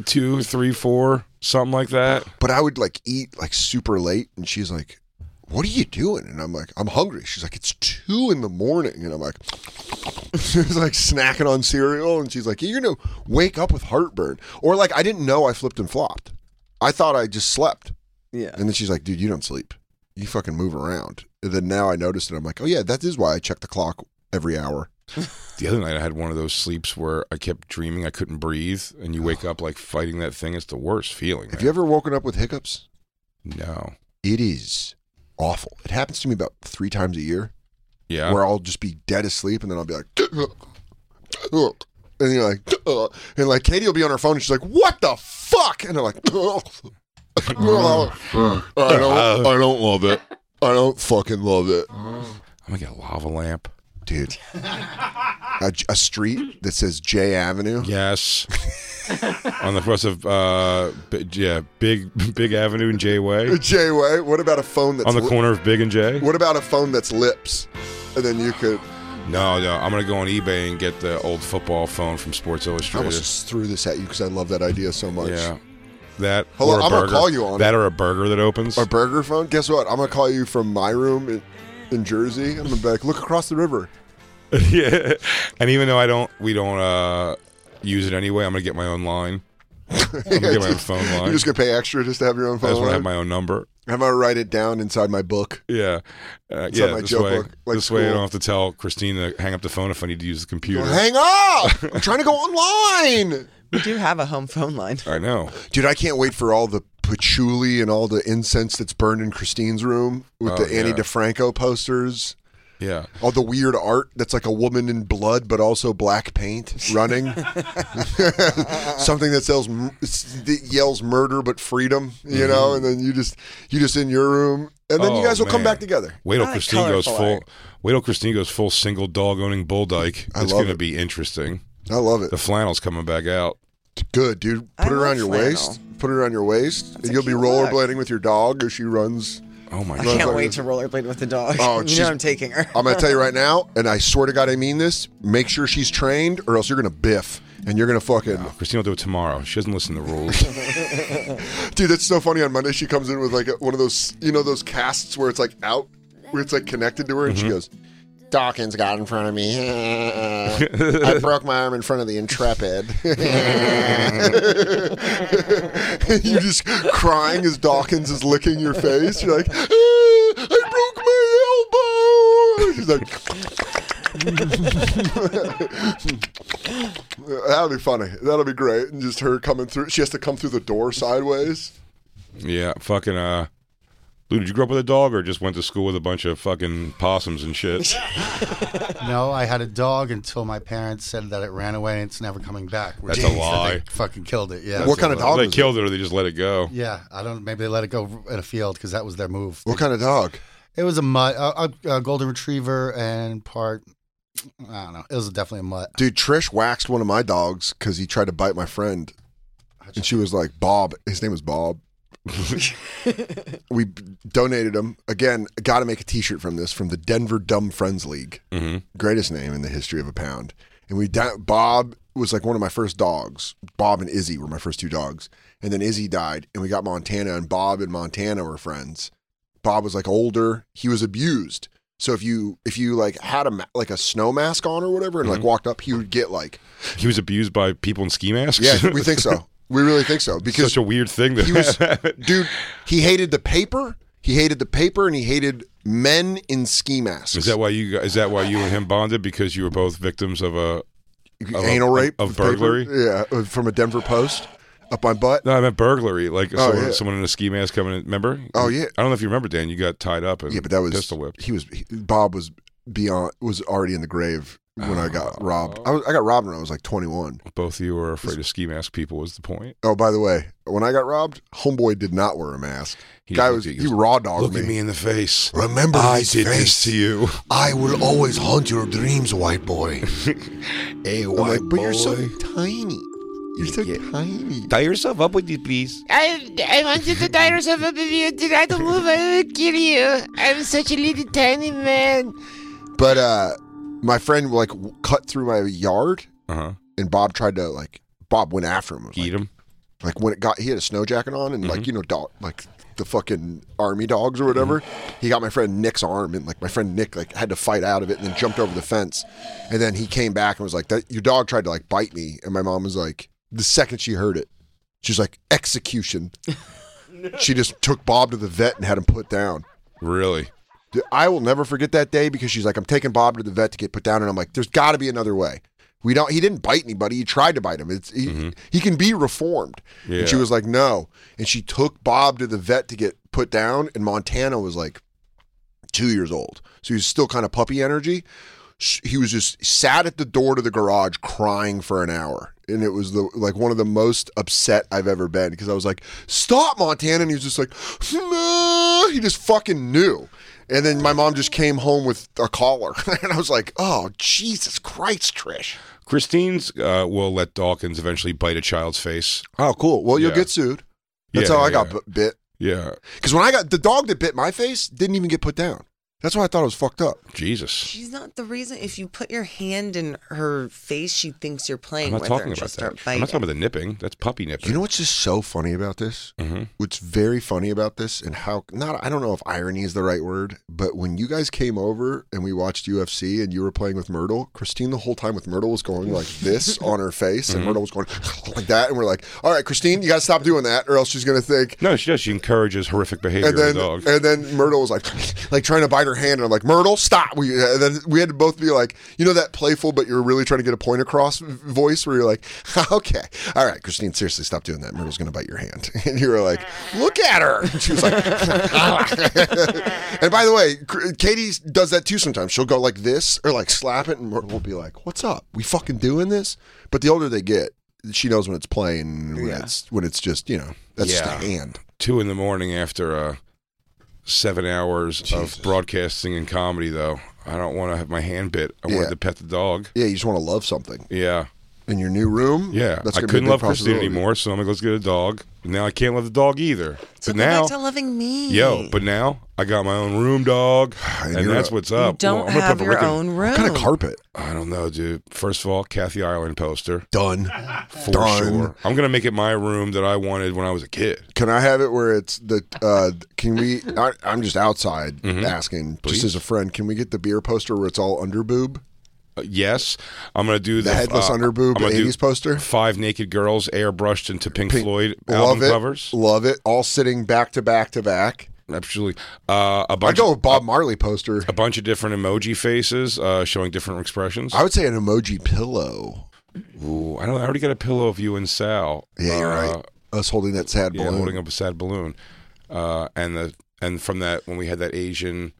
Speaker 3: have.
Speaker 2: Two, three, four, something like that.
Speaker 3: But I would like eat like super late, and she's like, "What are you doing?" And I'm like, "I'm hungry." She's like, "It's two in the morning," and I'm like, she's like snacking on cereal, and she's like, "You're gonna wake up with heartburn," or like I didn't know I flipped and flopped. I thought I just slept,
Speaker 6: Yeah.
Speaker 3: and then she's like, "Dude, you don't sleep. You fucking move around." And then now I noticed it. I'm like, "Oh yeah, that is why I check the clock every hour."
Speaker 2: The other night, I had one of those sleeps where I kept dreaming I couldn't breathe, and you wake up like fighting that thing. It's the worst feeling.
Speaker 3: Have you ever woken up with hiccups?
Speaker 2: man. No.
Speaker 3: it is awful. It happens to me about three times a year
Speaker 2: Yeah.
Speaker 3: where I'll just be dead asleep and then I'll be like, and you're like, and like Katie will be on her phone and she's like, what the fuck? And I'm like, Oh, I don't,
Speaker 2: Uh,
Speaker 3: I don't love it. I don't fucking love it.
Speaker 2: I'm gonna get a lava lamp.
Speaker 3: Dude, a, a street that says J Avenue.
Speaker 2: Yes. On the cross of uh, B- yeah, big Big Avenue and J Way.
Speaker 3: J Way. What about a phone that's
Speaker 2: On the
Speaker 3: li-
Speaker 2: corner of Big and J.
Speaker 3: What about a phone that's lips? And then you could.
Speaker 2: No, no. I'm gonna go on eBay and get the old football phone from Sports
Speaker 3: I almost
Speaker 2: Illustrated.
Speaker 3: just threw this at you because I love that idea so much.
Speaker 2: Yeah. That.
Speaker 3: Hello,
Speaker 2: or a
Speaker 3: I'm gonna
Speaker 2: burger.
Speaker 3: call you on
Speaker 2: that
Speaker 3: it.
Speaker 2: or a burger that opens.
Speaker 3: A burger phone? Guess what? I'm gonna call you from my room in, in Jersey. I'm gonna be like, look across the river.
Speaker 2: yeah. And even though I don't, we don't uh, use it anyway. I'm gonna get my own line. I'm gonna get my own phone line.
Speaker 3: You're just gonna pay extra just to have your own
Speaker 2: I
Speaker 3: phone.
Speaker 2: just want to have
Speaker 3: line?
Speaker 2: my own number.
Speaker 3: I'm gonna write it down inside my book.
Speaker 2: Yeah, uh,
Speaker 3: It's
Speaker 2: yeah.
Speaker 3: on my
Speaker 2: this
Speaker 3: joke
Speaker 2: way,
Speaker 3: book, like
Speaker 2: this way, I
Speaker 3: school.
Speaker 2: don't have to tell Christine to hang up the phone if I need to use the computer.
Speaker 3: Well, hang up! I'm trying to go online.
Speaker 6: We do have a home phone line.
Speaker 2: I know.
Speaker 3: Dude, I can't wait for all the patchouli and all the incense that's burned in Christine's room with
Speaker 2: Oh,
Speaker 3: the Annie
Speaker 2: yeah.
Speaker 3: DeFranco posters.
Speaker 2: Yeah,
Speaker 3: All the weird art that's like a woman in blood, but also black paint running. Something that sells that yells murder but freedom, you know. And then you just you just in your room, and then
Speaker 2: Mm-hmm. Oh,
Speaker 3: you guys will come
Speaker 2: man.
Speaker 3: back together.
Speaker 2: Wait till
Speaker 6: I like
Speaker 2: Christine goes
Speaker 6: colorful
Speaker 2: full.
Speaker 6: art.
Speaker 2: Wait till Christine goes full single dog owning bull dyke.
Speaker 3: I
Speaker 2: It's
Speaker 3: love
Speaker 2: gonna
Speaker 3: it.
Speaker 2: be interesting.
Speaker 3: I love it.
Speaker 2: The flannel's coming back out.
Speaker 3: Good, dude.
Speaker 6: I
Speaker 3: Put it around
Speaker 6: love
Speaker 3: your
Speaker 6: flannel.
Speaker 3: waist. Put it around your waist,
Speaker 6: That's
Speaker 3: and
Speaker 6: a
Speaker 3: you'll be
Speaker 6: cute look.
Speaker 3: rollerblading with your dog as she runs.
Speaker 2: Oh my
Speaker 6: I
Speaker 2: god!
Speaker 6: can't wait to rollerblade with the dog.
Speaker 3: Oh,
Speaker 6: you
Speaker 3: she's-
Speaker 6: know I'm taking her.
Speaker 3: I'm gonna tell you right now, and I swear to God, I mean this. Make sure she's trained, or else you're gonna biff, and you're gonna fucking.
Speaker 2: Oh, Christine will do it tomorrow. She doesn't listen to rules.
Speaker 3: Dude, that's so funny. On Monday, she comes in with like one of those, you know, those casts where it's like out, where it's like connected to her, and she goes, Dawkins got in front of me. I broke my arm in front of the Intrepid. You're just crying as Dawkins is licking your face. You're like, "Ah, I broke my elbow. He's like, that'll be funny. That'll be great. And just her coming through. She has to come through the door sideways.
Speaker 2: Yeah, fucking uh Lou, did you grow up with a dog or just went to school with a bunch of fucking possums and shit?
Speaker 10: No, I had a dog until my parents said that it ran away and it's never coming back.
Speaker 2: That's a
Speaker 10: Jeez, and they
Speaker 2: lie.
Speaker 10: Fucking killed it. Yeah.
Speaker 3: what kind of dog?
Speaker 2: they
Speaker 3: Is it?
Speaker 2: killed it or they just let it go.
Speaker 10: Yeah, I don't. Maybe they let it go in a field because that was their move.
Speaker 3: What kind of dog?
Speaker 10: It was a mutt, a, a, a golden retriever, and part. I don't know. It was definitely a mutt.
Speaker 3: Dude, Trish waxed one of my dogs because he tried to bite my friend. And she was like, Bob. His name was Bob. we donated him. Again, got to make a t shirt from this from the Denver Dumb Friends League. Greatest name in the history of a pound. And we, di- Bob was like one of my first dogs. Bob and Izzy were my first two dogs. And then Izzy died, and we got Montana, and Bob and Montana were friends. Bob was like older. He was abused. So if you if you like had a ma- like a snow mask on or whatever, and
Speaker 2: Mm-hmm.
Speaker 3: like walked up, he would get like
Speaker 2: He was abused by people in ski masks?
Speaker 3: yeah, we think so. We really think so because
Speaker 2: Such a weird thing that
Speaker 3: he was dude. He hated the paper. He hated the paper, and he hated men in ski masks.
Speaker 2: Is that why you is that why you and him bonded? Because you were both victims of a of a-
Speaker 3: anal rape
Speaker 2: of
Speaker 3: with paper?
Speaker 2: burglary?
Speaker 3: Yeah, uh, from a Denver Post up my butt.
Speaker 2: No, I meant burglary. Like someone,
Speaker 3: Oh, yeah.
Speaker 2: someone in a ski mask coming in. Remember?
Speaker 3: Oh, yeah.
Speaker 2: I don't know if you remember, Dan. You got tied up and
Speaker 3: Yeah, but that was
Speaker 2: pistol whipped.
Speaker 3: He was he, Bob was beyond was already in the grave when
Speaker 2: Oh.
Speaker 3: I got robbed. I, was, I got robbed when I was like 21.
Speaker 2: Both of you were afraid of ski mask people. Was the point?
Speaker 3: Oh, by the way, when I got robbed, homeboy did not wear a mask.
Speaker 2: He
Speaker 3: Guy
Speaker 2: looked
Speaker 3: was
Speaker 2: at
Speaker 3: he
Speaker 2: you,
Speaker 3: raw dogged
Speaker 2: Look at me in the face.
Speaker 8: Remember
Speaker 2: I
Speaker 8: his
Speaker 2: did
Speaker 8: face.
Speaker 2: this to you.
Speaker 8: I will always haunt your dreams, white boy. hey,
Speaker 3: I'm
Speaker 8: white
Speaker 3: like, but
Speaker 8: boy.
Speaker 3: you're so tiny. You're so tiny.
Speaker 2: Tie yourself up with you, please.
Speaker 11: I I wanted to tie yourself up if you did not move. I would kill you. I'm such a little tiny man.
Speaker 3: But uh, my friend like w- cut through my yard,
Speaker 2: Uh huh.
Speaker 3: and Bob tried to like Bob went after him. Was
Speaker 2: Eat
Speaker 3: like,
Speaker 2: him.
Speaker 3: like when it got he had a snow jacket on and like you know dog like the fucking army dogs or whatever he got my friend nick's arm and like my friend nick like had to fight out of it and then jumped over the fence and then he came back and was like that your dog tried to like bite me and my mom was like the second she heard it she's like execution she just took bob to the vet and had him put down
Speaker 2: Really?
Speaker 3: Dude, I will never forget that day because she's like, I'm taking Bob to the vet to get put down, and I'm like, there's got to be another way. We don't. He didn't bite anybody. He tried to bite him. It's he, he can be reformed. And she
Speaker 2: Yeah.
Speaker 3: was like, no. And she took Bob to the vet to get put down, and Montana was like two years old, so he was still kind of puppy energy. Sh- He was just sat at the door to the garage crying for an hour. And it was the like one of the most upset I've ever been because I was like, "Stop, Montana!" And he was just like, "No," he just fucking knew. And then my mom just came home with a collar, and I was like, "Oh Jesus Christ, Trish!"
Speaker 2: Christine's uh, will let Dawkins eventually bite a child's face.
Speaker 3: Oh, cool. Well, you'll
Speaker 2: Yeah.
Speaker 3: get sued. That's
Speaker 2: Yeah,
Speaker 3: how I
Speaker 2: yeah,
Speaker 3: got
Speaker 2: yeah.
Speaker 3: b- bit.
Speaker 2: Yeah.
Speaker 3: Because when I got the dog that bit my face, didn't even get put down. That's why I thought it was fucked up.
Speaker 2: Jesus.
Speaker 6: She's not the reason. If you put your hand in her face, she thinks you're playing
Speaker 2: I'm not
Speaker 6: with her
Speaker 2: talking about
Speaker 6: and she'll
Speaker 2: that.
Speaker 6: start
Speaker 2: I'm
Speaker 6: biting.
Speaker 2: not talking about the nipping. That's puppy nipping.
Speaker 3: You know what's just so funny about this?
Speaker 2: Mhm.
Speaker 3: What's very funny about this and how not I don't know if irony is the right word, but when you guys came over and we watched UFC and you were playing with Myrtle, Christine the whole time with Myrtle was going like this on her face and Myrtle was going like that and we're like, "All right, Christine, you got to stop doing that or else she's going to think
Speaker 2: No, she does. She encourages horrific behavior
Speaker 3: and then,
Speaker 2: in dogs.
Speaker 3: and then Myrtle was like, like trying to bite her hand, and I'm like, Myrtle, stop! We and then we had to both be like, you know, that playful, but you're really trying to get a point across voice, where you're like, okay, all right, Christine, seriously, stop doing that. Myrtle's gonna bite your hand, and you were like, look at her. And she was like, and by the way, Cr- Katie does that too sometimes. She'll go like this or like slap it, and Myrtle will be like, what's up? We fucking doing this? But the older they get, she knows when it's playing, and when it's when it's just you know that's
Speaker 2: Yeah.
Speaker 3: just a hand.
Speaker 2: Two in the morning after uh, seven hours of broadcasting and comedy, though. I don't want to have my hand bit. I
Speaker 3: Yeah.
Speaker 2: wanted to pet the dog.
Speaker 3: Yeah, you just want to love something.
Speaker 2: Yeah.
Speaker 3: in your new room.
Speaker 2: Yeah,
Speaker 3: that's
Speaker 2: I
Speaker 3: gonna be a
Speaker 2: couldn't
Speaker 3: big
Speaker 2: love Christine
Speaker 3: possibility.
Speaker 2: anymore, so I'm like, let's get a dog. Now I can't love the dog either.
Speaker 6: So
Speaker 2: but
Speaker 6: go back
Speaker 2: now,
Speaker 6: to loving me.
Speaker 2: yo, but now I got my own room, dog, and,
Speaker 3: you're
Speaker 2: that's
Speaker 3: a-
Speaker 2: what's
Speaker 3: You
Speaker 2: up.
Speaker 6: don't
Speaker 2: I'm gonna put
Speaker 6: have
Speaker 2: up a
Speaker 6: your
Speaker 2: Rick and-
Speaker 6: own What kind of room.
Speaker 3: carpet?
Speaker 2: I don't know, dude. First of all, Kathy Ireland poster
Speaker 3: done
Speaker 2: for
Speaker 3: Done.
Speaker 2: sure. I'm gonna make it my room that I wanted when I was a kid.
Speaker 3: Can I have it where it's the? Uh, can we? I, I'm just outside asking,
Speaker 2: Mm-hmm. Please.
Speaker 3: just as a friend. Can we get the beer poster where it's all underboob?
Speaker 2: Uh, yes, I'm gonna do the, uh,
Speaker 3: The headless underboob
Speaker 2: I'm gonna do
Speaker 3: 80s poster?
Speaker 2: Five naked girls airbrushed into Pink, Floyd
Speaker 3: Love
Speaker 2: album
Speaker 3: it.
Speaker 2: covers.
Speaker 3: Love it. All sitting back to back to back.
Speaker 2: Absolutely. Uh, a
Speaker 3: I
Speaker 2: bunch.
Speaker 3: go
Speaker 2: of,
Speaker 3: with Bob Marley poster.
Speaker 2: a bunch of different emoji faces uh, showing different expressions.
Speaker 3: I would say an emoji pillow.
Speaker 2: Ooh, I don't. I already got a pillow of you and Sal.
Speaker 3: Yeah, you're
Speaker 2: Uh,
Speaker 3: right. Us holding that sad
Speaker 2: Yeah,
Speaker 3: balloon.
Speaker 2: holding up a sad balloon. Uh, and the and from that when we had that Asian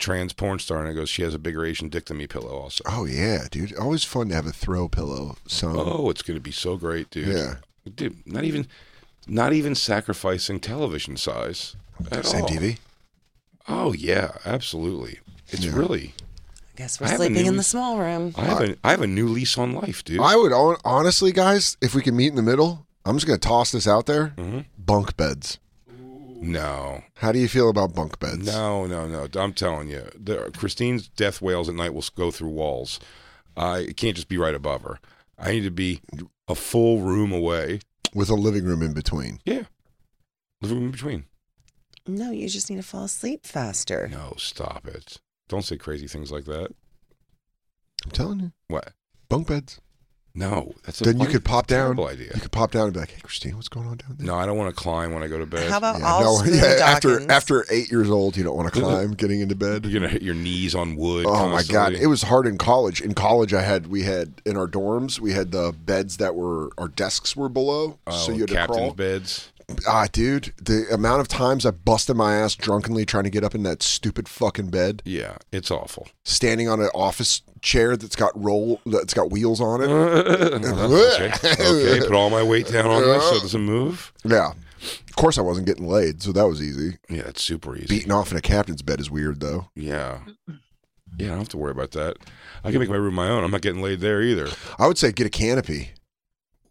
Speaker 2: trans porn star, and it goes, she has a bigger Asian dick than me pillow also.
Speaker 3: Oh yeah, dude. Always fun to have a throw pillow. So
Speaker 2: Oh, it's gonna be so great, dude.
Speaker 3: Yeah.
Speaker 2: dude. Not even, not even sacrificing television size. At
Speaker 3: same
Speaker 2: all.
Speaker 3: TV.
Speaker 2: Oh yeah, absolutely. It's
Speaker 3: Yeah.
Speaker 2: really.
Speaker 6: I guess we're
Speaker 2: I have a
Speaker 6: sleeping in
Speaker 2: new-
Speaker 6: the small room.
Speaker 2: I have a I have a new lease on life, dude.
Speaker 3: I would hon- honestly, guys, if we can meet in the middle, I'm just gonna toss this out there.
Speaker 2: Mhm.
Speaker 3: Bunk beds.
Speaker 2: No.
Speaker 3: How do you feel about bunk beds?
Speaker 2: No, no, no. I'm telling you, the, Christine's death wails at night will go through walls. I it can't just be right above her. I need to be a full room away.
Speaker 3: With a living room in between.
Speaker 2: Yeah, living room in between.
Speaker 6: No, you just need to fall asleep faster.
Speaker 2: No, stop it. Don't say crazy things like that.
Speaker 3: I'm telling you,
Speaker 2: What?
Speaker 3: bunk beds.
Speaker 2: No, that's a
Speaker 3: then you
Speaker 2: fun-
Speaker 3: could pop down.
Speaker 2: terrible idea.
Speaker 3: You could pop down and be like, "Hey, Christine, what's going on down there?"
Speaker 2: No, I don't want to climb when I go to bed.
Speaker 6: How about all spoon
Speaker 3: after
Speaker 6: dockings?
Speaker 3: after eight years old, you don't want to climb getting into bed.
Speaker 2: You're gonna hit your knees on wood.
Speaker 3: Oh my god,
Speaker 2: constantly.
Speaker 3: it was hard in college. In college, I had we had in our dorms we had the beds that were our desks were below,
Speaker 2: Oh,
Speaker 3: so you had to
Speaker 2: captain's
Speaker 3: crawl.
Speaker 2: beds.
Speaker 3: Ah, dude, the amount of times I busted my ass drunkenly trying to get up in that stupid fucking bed,
Speaker 2: Yeah, it's awful.
Speaker 3: standing on an office chair that's got roll that's got wheels on it.
Speaker 2: Uh-huh. okay. okay, put all my weight down on this so it doesn't move.
Speaker 3: Yeah, of course I wasn't getting laid, so that was easy.
Speaker 2: Yeah, it's super easy.
Speaker 3: Beating off in a captain's bed is weird though.
Speaker 2: Yeah. Yeah, I don't have to worry about that. I can make my room my own. I'm not getting laid there either.
Speaker 3: I would say get a canopy,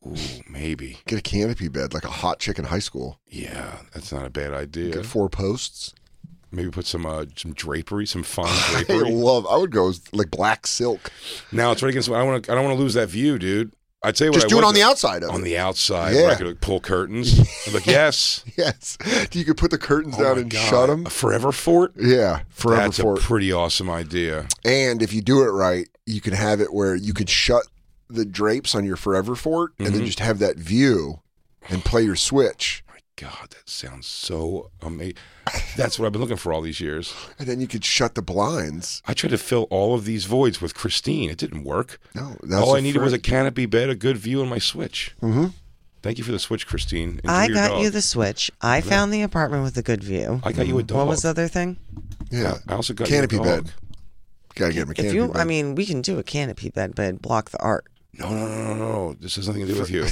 Speaker 2: Ooh, maybe.
Speaker 3: get a canopy bed like a hot chick in high school.
Speaker 2: Yeah, that's not a bad idea.
Speaker 3: Get four posts.
Speaker 2: Maybe put some uh, some drapery, some fine
Speaker 3: I
Speaker 2: drapery.
Speaker 3: love. I would go with, like black silk.
Speaker 2: now it's right against. I want to. I don't want to lose that view, dude. I tell you what.
Speaker 3: Just
Speaker 2: I
Speaker 3: do it
Speaker 2: would-
Speaker 3: on the outside of
Speaker 2: On
Speaker 3: it.
Speaker 2: the outside, where I
Speaker 3: Yeah.
Speaker 2: could like, pull curtains. I'm like, yes.
Speaker 3: Yes, you could put the curtains
Speaker 2: Oh
Speaker 3: down
Speaker 2: my
Speaker 3: and
Speaker 2: God.
Speaker 3: shut them.
Speaker 2: A forever fort.
Speaker 3: Yeah, forever
Speaker 2: That's
Speaker 3: for
Speaker 2: a pretty awesome idea.
Speaker 3: And if you do it right, you can have it where you could shut the drapes on your Forever Fort and then
Speaker 2: Mhm.
Speaker 3: just have that view and play your Switch.
Speaker 2: My God, that sounds so amazing. That's what I've been looking for all these years.
Speaker 3: And then you could shut the blinds.
Speaker 2: I tried to fill all of these voids with Christine. It didn't work.
Speaker 3: No, that's
Speaker 2: all
Speaker 3: I
Speaker 2: I needed was a canopy bed, a good view, and my Switch.
Speaker 3: hmm
Speaker 2: Thank you for the Switch, Christine. Enjoy
Speaker 6: I
Speaker 2: your
Speaker 6: got
Speaker 2: dog.
Speaker 6: you the switch. I found the apartment with a good view.
Speaker 2: I got you a dog.
Speaker 6: What was the other thing?
Speaker 3: Yeah,
Speaker 2: I also got you a
Speaker 3: canopy
Speaker 2: dog.
Speaker 3: bed. Gotta get him a canopy
Speaker 6: If you,
Speaker 3: bed.
Speaker 6: I mean, we can do a canopy bed, but block the art.
Speaker 2: No, no, no, no, no. This has nothing to do with you.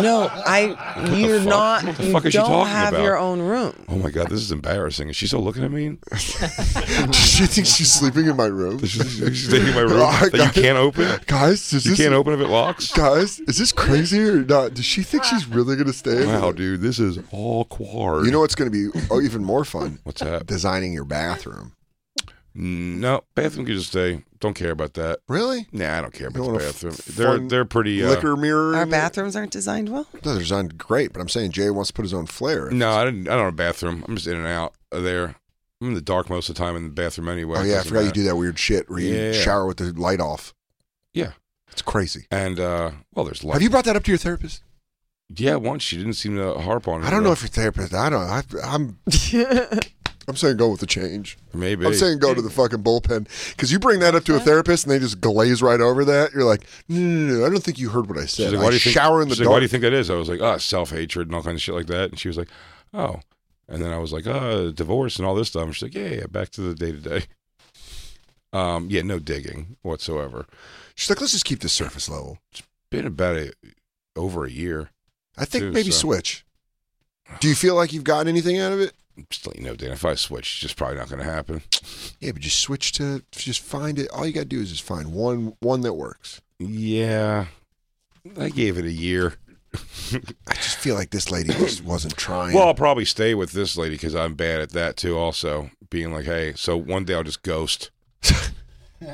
Speaker 6: No, I.
Speaker 2: the
Speaker 6: you're
Speaker 2: fuck?
Speaker 6: not.
Speaker 2: What the
Speaker 6: you
Speaker 2: fuck is she
Speaker 6: don't
Speaker 2: talking
Speaker 6: have
Speaker 2: about?
Speaker 6: your own room.
Speaker 2: Oh my god, this is embarrassing. Is she still looking at me?
Speaker 3: Does she think she's sleeping in my room?
Speaker 2: She's taking my room
Speaker 3: Oh,
Speaker 2: that
Speaker 3: guys-
Speaker 2: you can't open.
Speaker 3: Guys, is
Speaker 2: You
Speaker 3: this,
Speaker 2: can't open if it locks.
Speaker 3: Guys, is this crazy or not? Does she think she's really gonna stay? in
Speaker 2: Wow,
Speaker 3: it?
Speaker 2: dude, this is awkward.
Speaker 3: You know what's gonna be oh, even more fun?
Speaker 2: what's that?
Speaker 3: Designing your bathroom.
Speaker 2: No, bathroom can just stay. Don't care about that.
Speaker 3: Really?
Speaker 2: Nah, I don't care
Speaker 3: You
Speaker 2: about
Speaker 3: want
Speaker 2: the
Speaker 3: a
Speaker 2: bathroom.
Speaker 3: f-
Speaker 2: They're
Speaker 3: fun
Speaker 2: they're pretty. Uh,
Speaker 3: Liquor mirror.
Speaker 6: Our
Speaker 3: in it?
Speaker 6: bathrooms aren't designed well.
Speaker 3: No, they're designed great, but I'm saying Jay wants to put his own flair.
Speaker 2: No, I didn't. I don't have a bathroom. I'm just in and out of there. I'm in the dark most of the time in the bathroom anyway.
Speaker 3: oh yeah, I
Speaker 2: Doesn't
Speaker 3: forgot you
Speaker 2: matter.
Speaker 3: do that weird shit where you
Speaker 2: Yeah.
Speaker 3: shower with the light off.
Speaker 2: Yeah,
Speaker 3: It's crazy.
Speaker 2: and uh, well, there's light.
Speaker 3: Have you brought that up to your therapist?
Speaker 2: Yeah, once she didn't seem to harp on it.
Speaker 3: I don't know
Speaker 2: though.
Speaker 3: if your therapist. I don't. I, I'm. I'm saying go with the change.
Speaker 2: maybe.
Speaker 3: I'm saying go to the fucking bullpen because you bring that up to a therapist and they just glaze right over that. You're like, no, no, no, no I don't think you heard what I
Speaker 2: She's
Speaker 3: said.
Speaker 2: like, why
Speaker 3: I
Speaker 2: do you think,
Speaker 3: shower in the
Speaker 2: she's like, why
Speaker 3: dark.
Speaker 2: do you think that is? I was like, ah, self hatred and all kinds of shit like that. And she was like, oh. And then I was like, uh, divorce and all this stuff. And she's like, yeah, yeah, back to the day to day. Um, yeah, no digging whatsoever.
Speaker 3: She's like, let's just keep the surface level.
Speaker 2: Been about a, over a year.
Speaker 3: I think
Speaker 2: Dude,
Speaker 3: maybe
Speaker 2: so-
Speaker 3: switch. Do you feel like you've gotten anything out of it?
Speaker 2: Just let you know, Dan. If I switch, it's just probably not going to happen.
Speaker 3: Yeah, but just switch to just find it. All you gotta do is just find one one that works.
Speaker 2: Yeah, I gave it a year.
Speaker 3: I just feel like this lady just wasn't trying.
Speaker 2: Well, I'll probably stay with this lady because I'm bad at that too. Also, being like, hey, so one day I'll just ghost.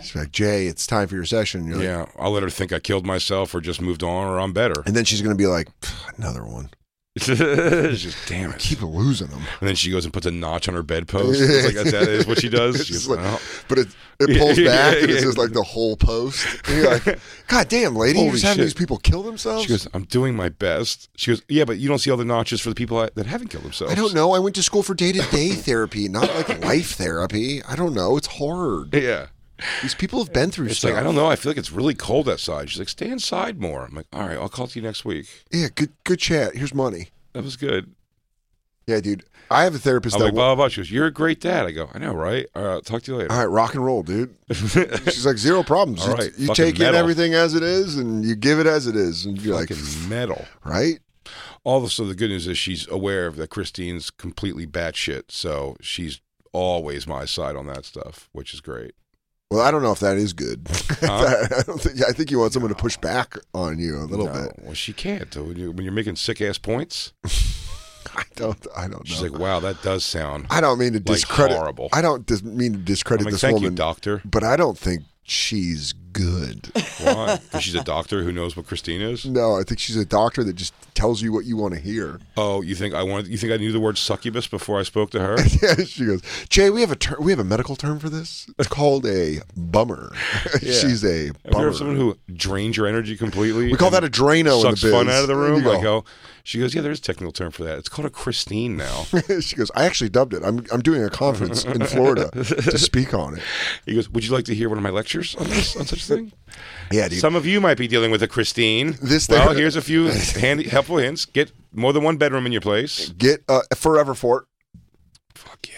Speaker 3: She's like, Jay, it's time for your session. You're like-
Speaker 2: yeah, I'll let her think I killed myself or just moved on or I'm better.
Speaker 3: and then she's going to be like, "Pff, another one.
Speaker 2: It's just damn it.
Speaker 3: Keep losing them.
Speaker 2: And then she goes and puts a notch on her bedpost. It's like that- that is what she does.
Speaker 3: It's
Speaker 2: She goes,
Speaker 3: like-
Speaker 2: "Oh."
Speaker 3: But it, it pulls
Speaker 2: Yeah,
Speaker 3: back and
Speaker 2: yeah.
Speaker 3: it's just like the whole post. And you're like, God damn, lady,
Speaker 2: Holy
Speaker 3: you're just having
Speaker 2: shit.
Speaker 3: these people kill themselves?
Speaker 2: She goes, I'm doing my best. She goes, Yeah, but you don't see all the notches for the people that haven't killed themselves.
Speaker 3: I don't know. I went to school for day to day therapy, not like life therapy. I don't know. It's hard.
Speaker 2: Yeah.
Speaker 3: These people have been through
Speaker 2: It's
Speaker 3: stuff.
Speaker 2: like, I don't know. I feel like it's really cold outside. She's like, Stay inside more. I'm like, All right, I'll call to you next week.
Speaker 3: Yeah, good good chat. Here's money.
Speaker 2: That was good.
Speaker 3: Yeah, dude. I have a therapist
Speaker 2: I'm
Speaker 3: that
Speaker 2: like,
Speaker 3: wa-
Speaker 2: blah, blah, blah. She goes, You're a great dad. I go, I know, right? All right, I'll talk to you later.
Speaker 3: All right, rock and roll, dude. She's like zero problems.
Speaker 2: All
Speaker 3: You-
Speaker 2: right,
Speaker 3: you
Speaker 2: fucking
Speaker 3: take in
Speaker 2: metal.
Speaker 3: everything as it is, and you give it as it is, and you're like,
Speaker 2: Fucking metal.
Speaker 3: right?
Speaker 2: Also, the good news is she's aware of that Christine's completely batshit. So she's always my side on that stuff, which is great.
Speaker 3: Well, I don't know if that is good. I don't think. I think you want someone to push back on you a little
Speaker 2: No.
Speaker 3: bit.
Speaker 2: Well, she can't. When you- when you're making sick ass points,
Speaker 3: I don't. I don't know.
Speaker 2: she's like, wow, that does sound.
Speaker 3: I don't mean to
Speaker 2: like,
Speaker 3: discredit.
Speaker 2: horrible.
Speaker 3: I don't dis- mean to discredit
Speaker 2: I'm like,
Speaker 3: this
Speaker 2: "Thank you,
Speaker 3: woman,
Speaker 2: doctor."
Speaker 3: But I don't think she's good.
Speaker 2: Why? 'Cause she's a doctor who knows what Christine is.
Speaker 3: no, I think she's a doctor that just tells you what you want to hear.
Speaker 2: Oh, you think I wanted? You think I knew the word succubus before I spoke to her?
Speaker 3: yeah, she goes, Jay. We have a ter- we have a medical term for this. It's called a bummer.
Speaker 2: Yeah.
Speaker 3: she's
Speaker 2: Have
Speaker 3: a
Speaker 2: you ever
Speaker 3: bummer.
Speaker 2: had someone who drains your energy completely?
Speaker 3: We call that
Speaker 2: and
Speaker 3: a Drano in the
Speaker 2: Sucks
Speaker 3: biz.
Speaker 2: fun out of the
Speaker 3: There
Speaker 2: room.
Speaker 3: you
Speaker 2: Like,
Speaker 3: go.
Speaker 2: oh, she goes, yeah, there is a technical term for that. It's called a Christine now.
Speaker 3: she goes, I actually dubbed it. I'm I'm doing a conference in Florida to speak on it.
Speaker 2: He goes, would you like to hear one of my lectures on this on such a thing?
Speaker 3: Yeah, dude.
Speaker 2: Some of you might be dealing with a Christine.
Speaker 3: This thing-
Speaker 2: well, here's a few handy, helpful hints. Get more than one bedroom in your place.
Speaker 3: Get uh, forever fort.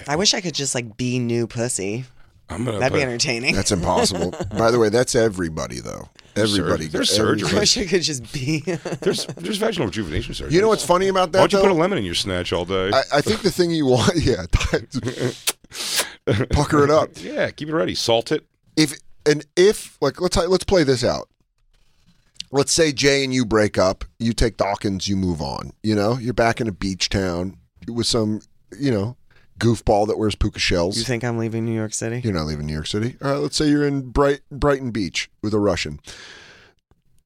Speaker 6: I wish I could just like be new pussy.
Speaker 2: I'm gonna.
Speaker 6: That'd be
Speaker 2: put-
Speaker 6: entertaining.
Speaker 3: That's impossible. By the way, that's everybody though. Everybody.
Speaker 2: There's
Speaker 3: everybody-
Speaker 2: surgery.
Speaker 6: I wish I could just be.
Speaker 2: There's there's vaginal rejuvenation surgery.
Speaker 3: You know what's funny about that?
Speaker 2: Why don't you
Speaker 3: though?
Speaker 2: put a lemon in your snatch all day?
Speaker 3: I, I think the thing you want, yeah, pucker it up.
Speaker 2: yeah, keep it ready. Salt it.
Speaker 3: If and if like let's let's play this out. Let's say Jay and you break up. You take Dawkins. You move on. You know, you're back in a beach town with some, you know, goofball that wears puka shells.
Speaker 6: you think I'm leaving New York City?
Speaker 3: You're not leaving New York City. All right, let's say you're in Bright Brighton Beach with a Russian.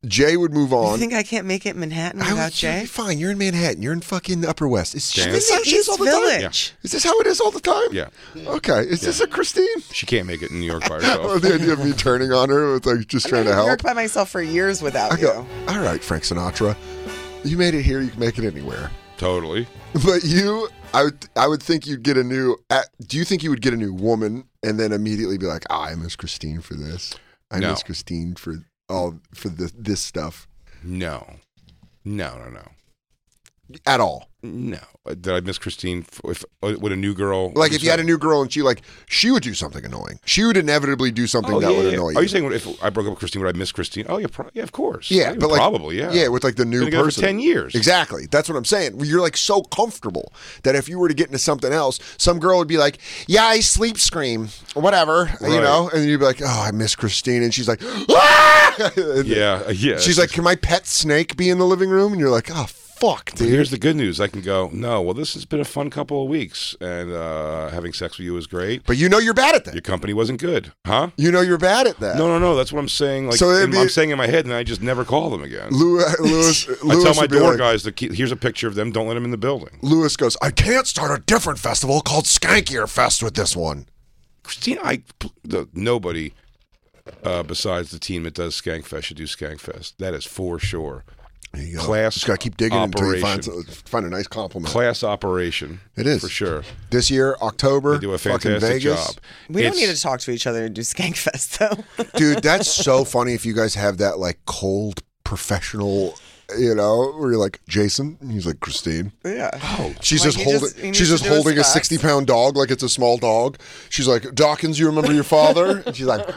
Speaker 3: Jay would move on.
Speaker 6: You think I can't make it in Manhattan
Speaker 3: I would-
Speaker 6: without
Speaker 3: you'll be
Speaker 6: Jay?
Speaker 3: Fine, you're in Manhattan. You're in fucking the Upper West. It's
Speaker 2: Dan?
Speaker 3: this is
Speaker 6: I'm
Speaker 3: how
Speaker 6: in
Speaker 3: she is
Speaker 6: East
Speaker 3: all the time.
Speaker 6: Village.
Speaker 3: Is this how it is all the time?
Speaker 2: Yeah,
Speaker 3: Okay. Is this a Christine?
Speaker 2: she can't make it in New York by
Speaker 3: I
Speaker 2: herself.
Speaker 3: love the idea of me turning on her with like just
Speaker 6: I've
Speaker 3: trying
Speaker 6: been
Speaker 3: to
Speaker 6: in New York
Speaker 3: help.
Speaker 6: by myself for years without
Speaker 3: I
Speaker 6: you.
Speaker 3: go, all right, Frank Sinatra, you made it here. You can make it anywhere.
Speaker 2: totally.
Speaker 3: But you, I would, I would think you'd get a new. uh, Do you think you would get a new woman and then immediately be like, ah, I miss Christine for this. I
Speaker 2: No.
Speaker 3: miss Christine for all for the, this stuff
Speaker 2: No, no, no, no,
Speaker 3: at all.
Speaker 2: no. Uh, Did I miss Christine? f- If would a new girl
Speaker 3: Like if you had a new girl and she like she would do something annoying. She would inevitably do something
Speaker 2: Oh,
Speaker 3: that
Speaker 2: yeah,
Speaker 3: would
Speaker 2: yeah.
Speaker 3: annoy you.
Speaker 2: Are you saying if I broke up with Christine, would I miss Christine? Oh yeah, pro- yeah, of course.
Speaker 3: Yeah, but like
Speaker 2: probably, yeah,
Speaker 3: yeah, with like the new
Speaker 2: Been together for
Speaker 3: person.
Speaker 2: 10 years.
Speaker 3: exactly. That's what I'm saying. You're like so comfortable that if you were to get into something else, some girl would be like, "Yeah, I sleep scream, whatever," you
Speaker 2: Right.
Speaker 3: know, and you'd be like, "Oh, I miss Christine," and she's like, "Ah!" And
Speaker 2: Yeah, uh, yeah.
Speaker 3: she's like, "Can my pet snake be in the living room?" And you're like, "Oh, fuck,
Speaker 2: But
Speaker 3: dude."
Speaker 2: here's the good news. I can go, no, well, this has been a fun couple of weeks, and uh, having sex with you was great.
Speaker 3: But you know you're bad at that.
Speaker 2: Your company wasn't good, huh?
Speaker 3: You know you're bad at that.
Speaker 2: No, no, no. That's what I'm saying. Like,
Speaker 3: So it'd
Speaker 2: in-
Speaker 3: be-
Speaker 2: I'm saying in my head, and I just never call them again.
Speaker 3: Lew- uh, Lewis, Lewis,
Speaker 2: I tell my
Speaker 3: would be
Speaker 2: door
Speaker 3: like-
Speaker 2: guys to keep. Here's a picture of them. Don't let them in the building.
Speaker 3: Lewis goes, I can't start a different festival called Skankier Fest with this one.
Speaker 2: Christina, I the, nobody uh, besides the team that does Skankfest should do Skankfest. That is for sure.
Speaker 3: There you go.
Speaker 2: Class
Speaker 3: Just gotta keep digging until you find,
Speaker 2: operation.
Speaker 3: some- find a nice compliment.
Speaker 2: Class operation.
Speaker 3: It is.
Speaker 2: for sure.
Speaker 3: this year, October,
Speaker 2: They do a
Speaker 3: fucking
Speaker 2: fantastic
Speaker 3: Vegas.
Speaker 2: job.
Speaker 6: We don't
Speaker 2: It's-
Speaker 6: need to talk to each other to do Skankfest though.
Speaker 3: Dude, that's so funny if you guys have that like cold professional, you know, where you're like, Jason, and he's like, Christine.
Speaker 6: yeah.
Speaker 3: She's
Speaker 6: Like,
Speaker 3: just
Speaker 6: he
Speaker 3: holding.
Speaker 6: just- he
Speaker 3: she's
Speaker 6: needs
Speaker 3: just
Speaker 6: to do his
Speaker 3: holding a
Speaker 6: facts.
Speaker 3: sixty-pound dog like it's a small dog. She's like, Dawkins, you remember your father? And she's like,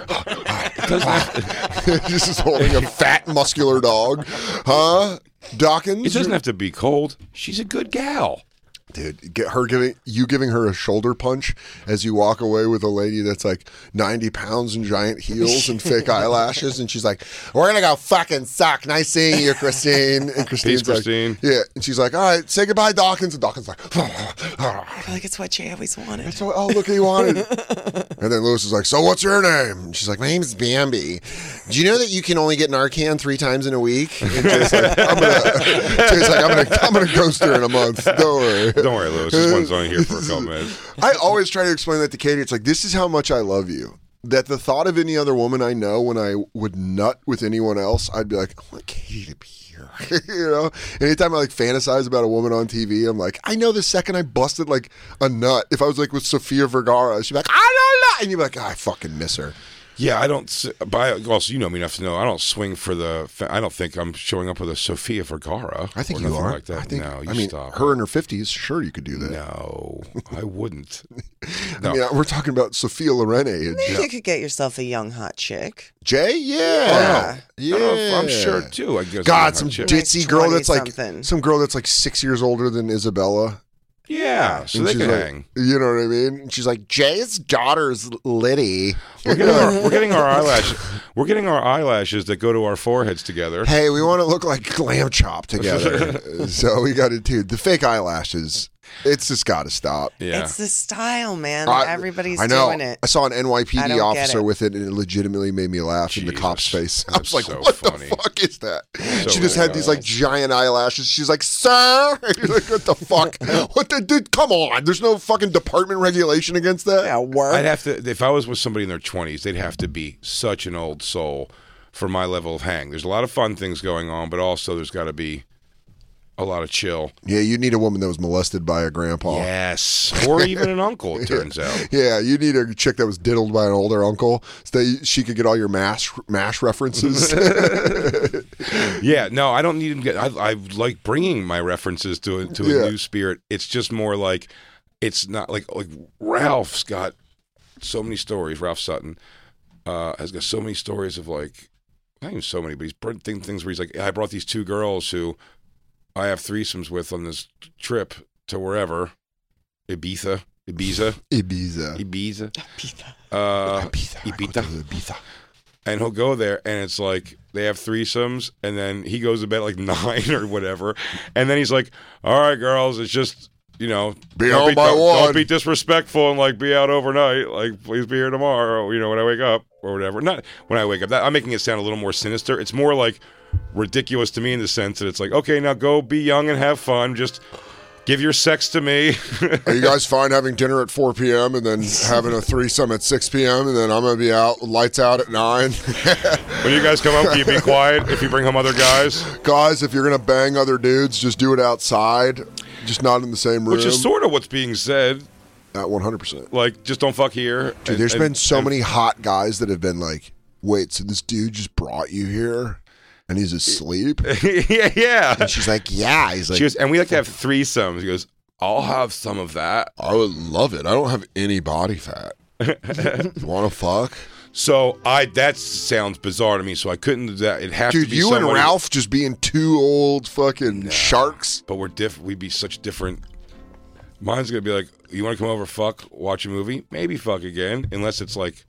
Speaker 3: she's just holding a fat, muscular dog, huh?
Speaker 2: It
Speaker 3: Dawkins,
Speaker 2: doesn't
Speaker 3: you-
Speaker 2: have to be cold. She's a good gal.
Speaker 3: Dude, get her giving you giving her a shoulder punch as you walk away with a lady that's like ninety pounds and giant heels and fake eyelashes, and she's like, "We're gonna go fucking suck." Nice seeing you, Christine. And Christine's like,
Speaker 2: Christine.
Speaker 3: "Yeah," and she's like, "All right, say goodbye, Dawkins." And Dawkins is like,
Speaker 6: like it's what Jay always wanted.
Speaker 3: oh, look who you wanted. and then Lewis is like, "So what's your name?" And she's like, "My name's Bambi." Do you know that you can only get Narcan three times in a week? And Jay's like, "I'm gonna, Jay's like, I'm gonna, I'm gonna ghost her in a month. Don't worry."
Speaker 2: Don't worry, Lewis. This one's only here for a couple minutes.
Speaker 3: I always try to explain that to Katie. It's like this is how much I love you. That the thought of any other woman I know when I would nut with anyone else, I'd be like, I want Katie to be here. you know, anytime I like fantasize about a woman on TV, I'm like, I know the second I busted like a nut. If I was like with Sofia Vergara, she'd be like, I don't know, and you'd be like, "Ah, I fucking miss her.
Speaker 2: Yeah, I don't. s- But I, also, you know me enough to know I don't swing for the. fa- I don't think I'm showing up with a Sofia Vergara.
Speaker 3: I think
Speaker 2: or
Speaker 3: you
Speaker 2: nothing
Speaker 3: are.
Speaker 2: Like that.
Speaker 3: I think.
Speaker 2: no, you
Speaker 3: I mean,
Speaker 2: stop.
Speaker 3: her in her fifties, sure you could do that.
Speaker 2: No, I wouldn't.
Speaker 3: I mean, we're talking about Sophia Lorene.
Speaker 6: Maybe you could get yourself a young hot chick.
Speaker 3: Jay, yeah,
Speaker 6: Yeah. I don't know if I'm
Speaker 2: sure, too, I guess I'm
Speaker 3: God,
Speaker 2: a
Speaker 3: some
Speaker 2: chick.
Speaker 3: ditzy
Speaker 6: Like
Speaker 3: girl that's like
Speaker 6: 20-something.
Speaker 3: some girl that's like six years older than Isabella.
Speaker 2: Yeah, so
Speaker 3: And
Speaker 2: they
Speaker 3: she's
Speaker 2: can
Speaker 3: like-
Speaker 2: hang.
Speaker 3: You know what I mean? And She's like Jay's daughter's Liddy.
Speaker 2: We're getting our, we're getting our eyelashes. We're getting our eyelashes that go to our foreheads together.
Speaker 3: Hey, we want to look like glam chop together, so we got to do the fake eyelashes. It's just got to stop.
Speaker 2: Yeah,
Speaker 6: It's the style, man.
Speaker 3: I-
Speaker 6: Everybody's
Speaker 3: I know.
Speaker 6: doing it.
Speaker 3: I saw an
Speaker 6: I
Speaker 3: NYPD
Speaker 6: don't get
Speaker 3: officer
Speaker 6: it.
Speaker 3: with it, and it legitimately made me laugh in the cop's face. I was like,
Speaker 2: so
Speaker 3: "What
Speaker 2: funny.
Speaker 3: the fuck is that?"
Speaker 2: So
Speaker 3: she just had these like giant eyelashes. She's like, "Sir," You're like, "What the fuck? what the dude? Come on! There's no fucking department regulation against that."
Speaker 6: Yeah, work.
Speaker 2: I'd have to if I was with somebody in their twenties, they'd have to be such an old soul for my level of hang. There's a lot of fun things going on, but also there's got to be a lot of chill.
Speaker 3: Yeah, you need a woman that was molested by a grandpa.
Speaker 2: Yes, or even an uncle. It turns out.
Speaker 3: Yeah, you need a chick that was diddled by an older uncle so that she could get all your mash mash references.
Speaker 2: Yeah, no, I don't need to get. I, I like bringing my references to a, to a
Speaker 3: Yeah.
Speaker 2: new spirit. It's just more like it's not like like Ralph's got so many stories. Ralph Sutton uh, has got so many stories of like not even so many, but he's brought thing- things where he's like, I brought these two girls who I have threesomes with on this trip to wherever Ibiza, Ibiza,
Speaker 3: Ibiza.
Speaker 2: Ibiza. Uh, Ibiza.
Speaker 3: Ibiza.
Speaker 2: And he'll go there, and it's like they have threesomes, and then he goes to bed at, like nine or whatever, and then he's like, "All right, girls, it's just you know,
Speaker 3: Be
Speaker 2: don't
Speaker 3: home by
Speaker 2: don't,
Speaker 3: one."
Speaker 2: don't be disrespectful and like be out overnight. Like, please be here tomorrow. You know, when I wake up or whatever. Not when I wake up. That, I'm making it sound a little more sinister. It's more like ridiculous to me in the sense that it's like, okay, now go be young and have fun. Just give your sex to me.
Speaker 3: Are you guys fine having dinner at 4 p.m. and then having a threesome at 6 p.m. and then I'm gonna be out lights out at nine?
Speaker 2: when you guys come home, can you be quiet? If you bring home other guys.
Speaker 3: guys, if you're gonna bang other dudes, just do it outside, just not in the same room.
Speaker 2: Which is sort of what's being said.
Speaker 3: at 100. percent
Speaker 2: Like, just don't fuck here.
Speaker 3: Dude,
Speaker 2: And-
Speaker 3: there's
Speaker 2: and-
Speaker 3: been so
Speaker 2: and-
Speaker 3: many hot guys that have been like, "Wait, so this dude just brought you here, and he's asleep?"
Speaker 2: yeah, yeah.
Speaker 3: and she's like, "Yeah." He's like,
Speaker 2: She goes, and we like to have threesomes. He goes, I'll have some of that.
Speaker 3: I would love it. I don't have any body fat. you want to fuck?
Speaker 2: So I that sounds bizarre to me. So I couldn't do that. It has to
Speaker 3: Dude,
Speaker 2: be
Speaker 3: you and
Speaker 2: someone-
Speaker 3: Ralph just being two old fucking sharks.
Speaker 2: but we're diff. We'd be such different. Mine's gonna be like, you want to come over, fuck, watch a movie, maybe fuck again, unless it's like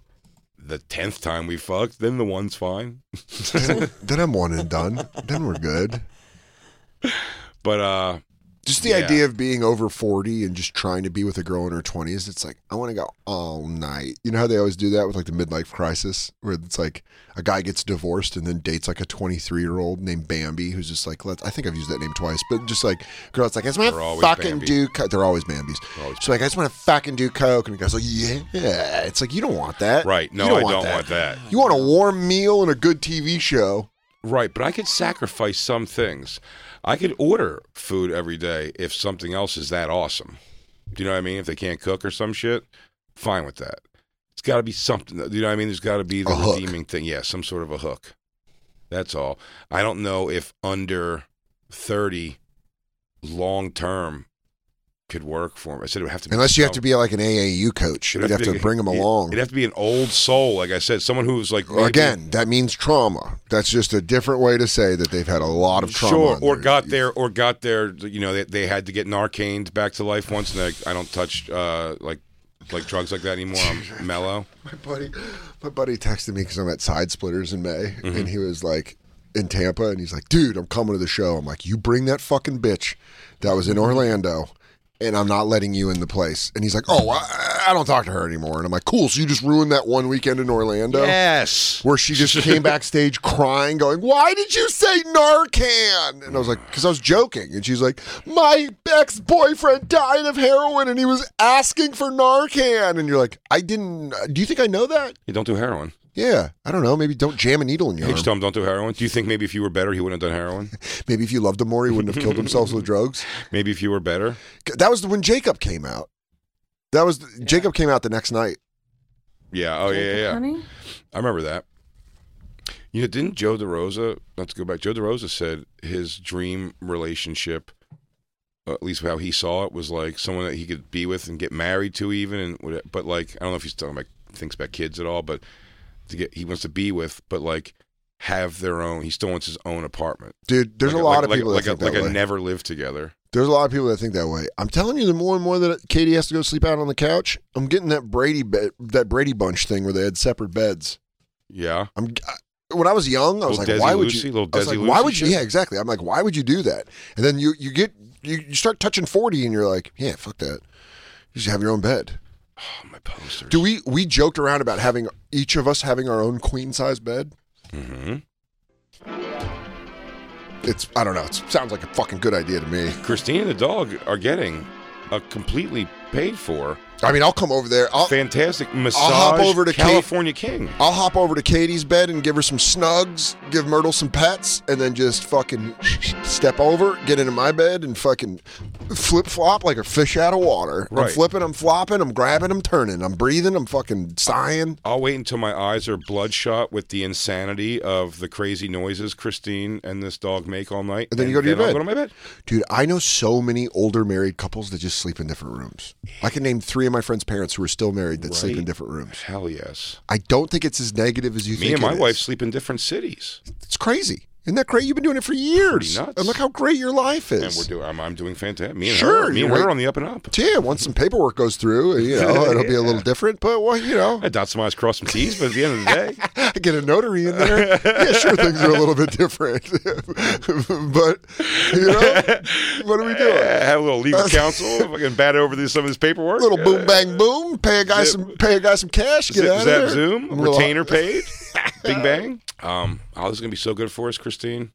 Speaker 2: the tenth time we fucked. Then the one's fine.
Speaker 3: Then I'm one and done. then we're good.
Speaker 2: But uh,
Speaker 3: Just the
Speaker 2: Yeah.
Speaker 3: idea of being over 40 and just trying to be with a girl in her 20s, it's like, I want to go all night. You know how they always do that with like the midlife crisis, where it's like a guy gets divorced and then dates like a 23 year old named Bambi, who's just like, let's, I think I've used that name twice, but just like, girl, it's like, I just want
Speaker 2: They're
Speaker 3: to
Speaker 2: always
Speaker 3: fucking
Speaker 2: Bambi.
Speaker 3: do coke. They're always Bambies. so like, I just want to fucking do coke. And the guy's like, yeah. It's like, you don't want that.
Speaker 2: right? No,
Speaker 3: You
Speaker 2: I don't want that.
Speaker 3: You want a warm meal and a good TV show.
Speaker 2: Right, but I could sacrifice some things. I could order food every day if something else is that awesome. Do you know what I mean? If they can't cook or some shit, fine with that. It's got to be something. Do you know what I mean? There's got to be the
Speaker 3: A hook.
Speaker 2: redeeming thing. Yeah, some sort of a hook. That's all. I don't know if under 30 long term could work for him. I said it would have to be
Speaker 3: Unless you have
Speaker 2: some-
Speaker 3: to be like an AAU coach,
Speaker 2: It'd
Speaker 3: you'd have
Speaker 2: be
Speaker 3: to
Speaker 2: like-
Speaker 3: bring them
Speaker 2: it-
Speaker 3: along.
Speaker 2: It'd have to be an old soul, like I said, someone who's like maybe-
Speaker 3: Again, that means trauma. That's just a different way to say that they've had a lot of trauma.
Speaker 2: Sure,
Speaker 3: on
Speaker 2: or got their, or got their, you know, they, they had to get Narcaned back to life once, and they're like, I don't touch uh, like like drugs like that anymore. I'm mellow.
Speaker 3: My buddy, my buddy texted me because I'm at Side Splitters in May,
Speaker 2: Mm-hmm.
Speaker 3: and he was like in Tampa, and he's like, "Dude, I'm coming to the show." I'm like, "You bring that fucking bitch that was in
Speaker 2: Mm-hmm.
Speaker 3: Orlando, and I'm not letting you in the place." And he's like, "Oh, I, I don't talk to her anymore." And I'm like, "Cool, so you just ruined that one weekend in Orlando,
Speaker 2: yes,
Speaker 3: where she just came backstage crying, going, "Why did you say Narcan?" And I was like, "Because I was joking," and she's like, "My ex boyfriend died of heroin, and he was asking for Narcan," and you're like, "I didn't. Do you think I know that?"
Speaker 2: You don't do heroin.
Speaker 3: Yeah, I don't know. Maybe don't jam a needle in your
Speaker 2: H.
Speaker 3: arm.
Speaker 2: Tom, don't do heroin. Do you think maybe if you were better, he wouldn't have done heroin?
Speaker 3: Maybe if you loved him more, he wouldn't have killed himself with drugs.
Speaker 2: maybe if you were better.
Speaker 3: That was when Jacob came out. That was Jacob came out the next night.
Speaker 2: Yeah. Oh yeah, yeah, yeah. I remember that. You know, didn't Joe DeRosa? Not to go back. Joe DeRosa said his dream relationship, uh, at least how he saw it, was like someone that he could be with and get married to, even. And what- but like, I don't know if he's talking about thinks about kids at all, but to get he wants to be with, but like have their own. He still wants his own apartment.
Speaker 3: Dude, there's
Speaker 2: Like
Speaker 3: a lot
Speaker 2: like-
Speaker 3: of
Speaker 2: like-
Speaker 3: people
Speaker 2: like
Speaker 3: that think
Speaker 2: a, like
Speaker 3: that
Speaker 2: a
Speaker 3: way.
Speaker 2: never live together.
Speaker 3: There's a lot of people that think that way. I'm telling you, the more and more that Katie has to go sleep out on the couch, I'm getting that Brady be- that Brady bunch thing where they had separate beds.
Speaker 2: Yeah.
Speaker 3: I'm I- when I was young, I was
Speaker 2: Little Desi
Speaker 3: like, why would
Speaker 2: Lucy,
Speaker 3: you?
Speaker 2: little
Speaker 3: I was
Speaker 2: Desi
Speaker 3: like, why
Speaker 2: Lucy
Speaker 3: would you?
Speaker 2: shit?
Speaker 3: Yeah, exactly. I'm like, why would you do that? And then you you get you, you start touching forty, and you're like, yeah, fuck that. You should have your own bed.
Speaker 2: Oh, My poster.
Speaker 3: Do we we joked around about having each of us having our own queen size bed?
Speaker 2: Mm-hmm.
Speaker 3: It's I don't know. It sounds like a fucking good idea to me.
Speaker 2: Christine and the dog are getting a completely paid for.
Speaker 3: I mean, I'll come over there. I'll,
Speaker 2: fantastic massage.
Speaker 3: I'll hop over to Kate-
Speaker 2: California King.
Speaker 3: I'll hop over to Katie's bed and give her some snugs, give Myrtle some pets, and then just fucking step over, get into my bed, and fucking flip flop like a fish out of water.
Speaker 2: Right.
Speaker 3: I'm flipping, I'm flopping, I'm grabbing, I'm turning, I'm breathing, I'm fucking sighing.
Speaker 2: I'll wait until my eyes are bloodshot with the insanity of the crazy noises Christine and this dog make all night.
Speaker 3: And then you go to your bed.
Speaker 2: I'll go to my bed.
Speaker 3: Dude, I know so many older married couples that just sleep in different rooms. I can name three of my friends' parents who are still married that sleep in
Speaker 2: Right.
Speaker 3: different rooms.
Speaker 2: Hell yes.
Speaker 3: I don't think it's as negative as you
Speaker 2: Me
Speaker 3: think.
Speaker 2: and my
Speaker 3: it is.
Speaker 2: wife sleep in different cities.
Speaker 3: It's crazy. Isn't that great? You've been doing it for years.
Speaker 2: nuts.
Speaker 3: And look how great your life is.
Speaker 2: And we're doing. I'm, I'm doing fantastic. Me and
Speaker 3: Sure,
Speaker 2: her. Me
Speaker 3: you're
Speaker 2: and her
Speaker 3: right.
Speaker 2: on the up and up.
Speaker 3: Yeah, once some paperwork goes through, you know, it'll be a little different. But well, you know,
Speaker 2: I dot some I's, cross some T's, but at the end of the day,
Speaker 3: I get a notary in there. Yeah, sure, things are a little bit different. but you know, what are we
Speaker 2: I
Speaker 3: doing?
Speaker 2: have a little legal counsel. Fucking bat over this, some of this paperwork.
Speaker 3: Little boom, bang, boom. Pay a guy some, pay a guy some cash. Get
Speaker 2: Zip,
Speaker 3: out of
Speaker 2: zap,
Speaker 3: there.
Speaker 2: zoom.
Speaker 3: Little-
Speaker 2: Retainer paid. Bing bang. Um, oh, this is gonna be so good for us, Christine.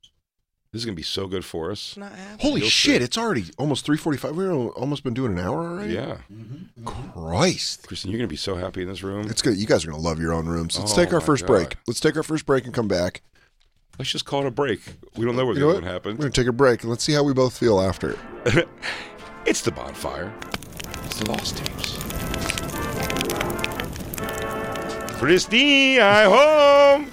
Speaker 2: This is gonna be so good for us.
Speaker 6: Not happening.
Speaker 3: Holy
Speaker 2: You'll
Speaker 3: shit! It's already almost three forty-five. We've almost been doing an hour already.
Speaker 2: Yeah,
Speaker 3: Christ.
Speaker 2: Christine, you're gonna be so happy in this room.
Speaker 3: It's good. You guys are gonna love your own rooms. Let's
Speaker 2: Oh,
Speaker 3: take our
Speaker 2: my
Speaker 3: first
Speaker 2: God.
Speaker 3: break. Let's take our first break and come back.
Speaker 2: Let's just call it a break. We don't know what's
Speaker 3: You know
Speaker 2: going
Speaker 3: what?
Speaker 2: to
Speaker 3: We're
Speaker 2: happen.
Speaker 3: gonna take a break and let's see how we both feel after. it.
Speaker 2: It's the bonfire. It's the lost tapes. Christine, I home.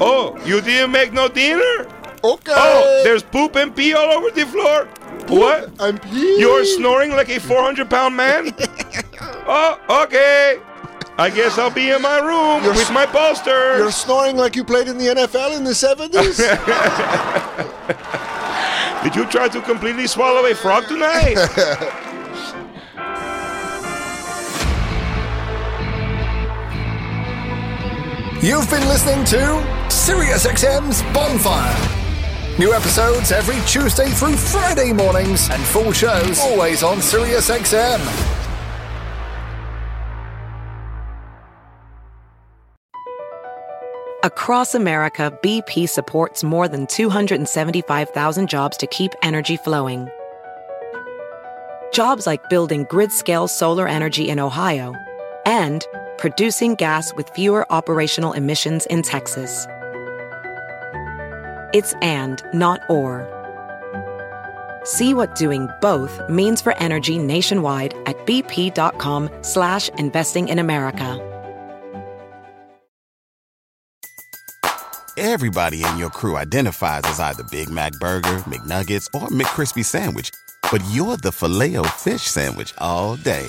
Speaker 2: oh, you didn't make no dinner?
Speaker 3: Okay.
Speaker 2: Oh, there's poop and pee all over the floor. What?
Speaker 3: I'm here.
Speaker 2: You're snoring like a 400 pound man? oh, okay. I guess I'll be in my room
Speaker 3: You're
Speaker 2: with
Speaker 3: s-
Speaker 2: my poster.
Speaker 3: You're snoring like you played in the NFL in the 70s?
Speaker 2: Did you try to completely swallow a frog tonight?
Speaker 8: You've been listening to SiriusXM's Bonfire. New episodes every Tuesday through Friday mornings, and full shows always on SiriusXM.
Speaker 9: Across America, BP supports more than 275,000 jobs to keep energy flowing. Jobs like building grid scale solar energy in Ohio and producing gas with fewer operational emissions in Texas. It's and, not or. See what doing both means for energy nationwide at bp.com slash investing in America.
Speaker 12: Everybody in your crew identifies as either Big Mac Burger, McNuggets, or McCrispy Sandwich.
Speaker 2: But you're the filet fish sandwich all day.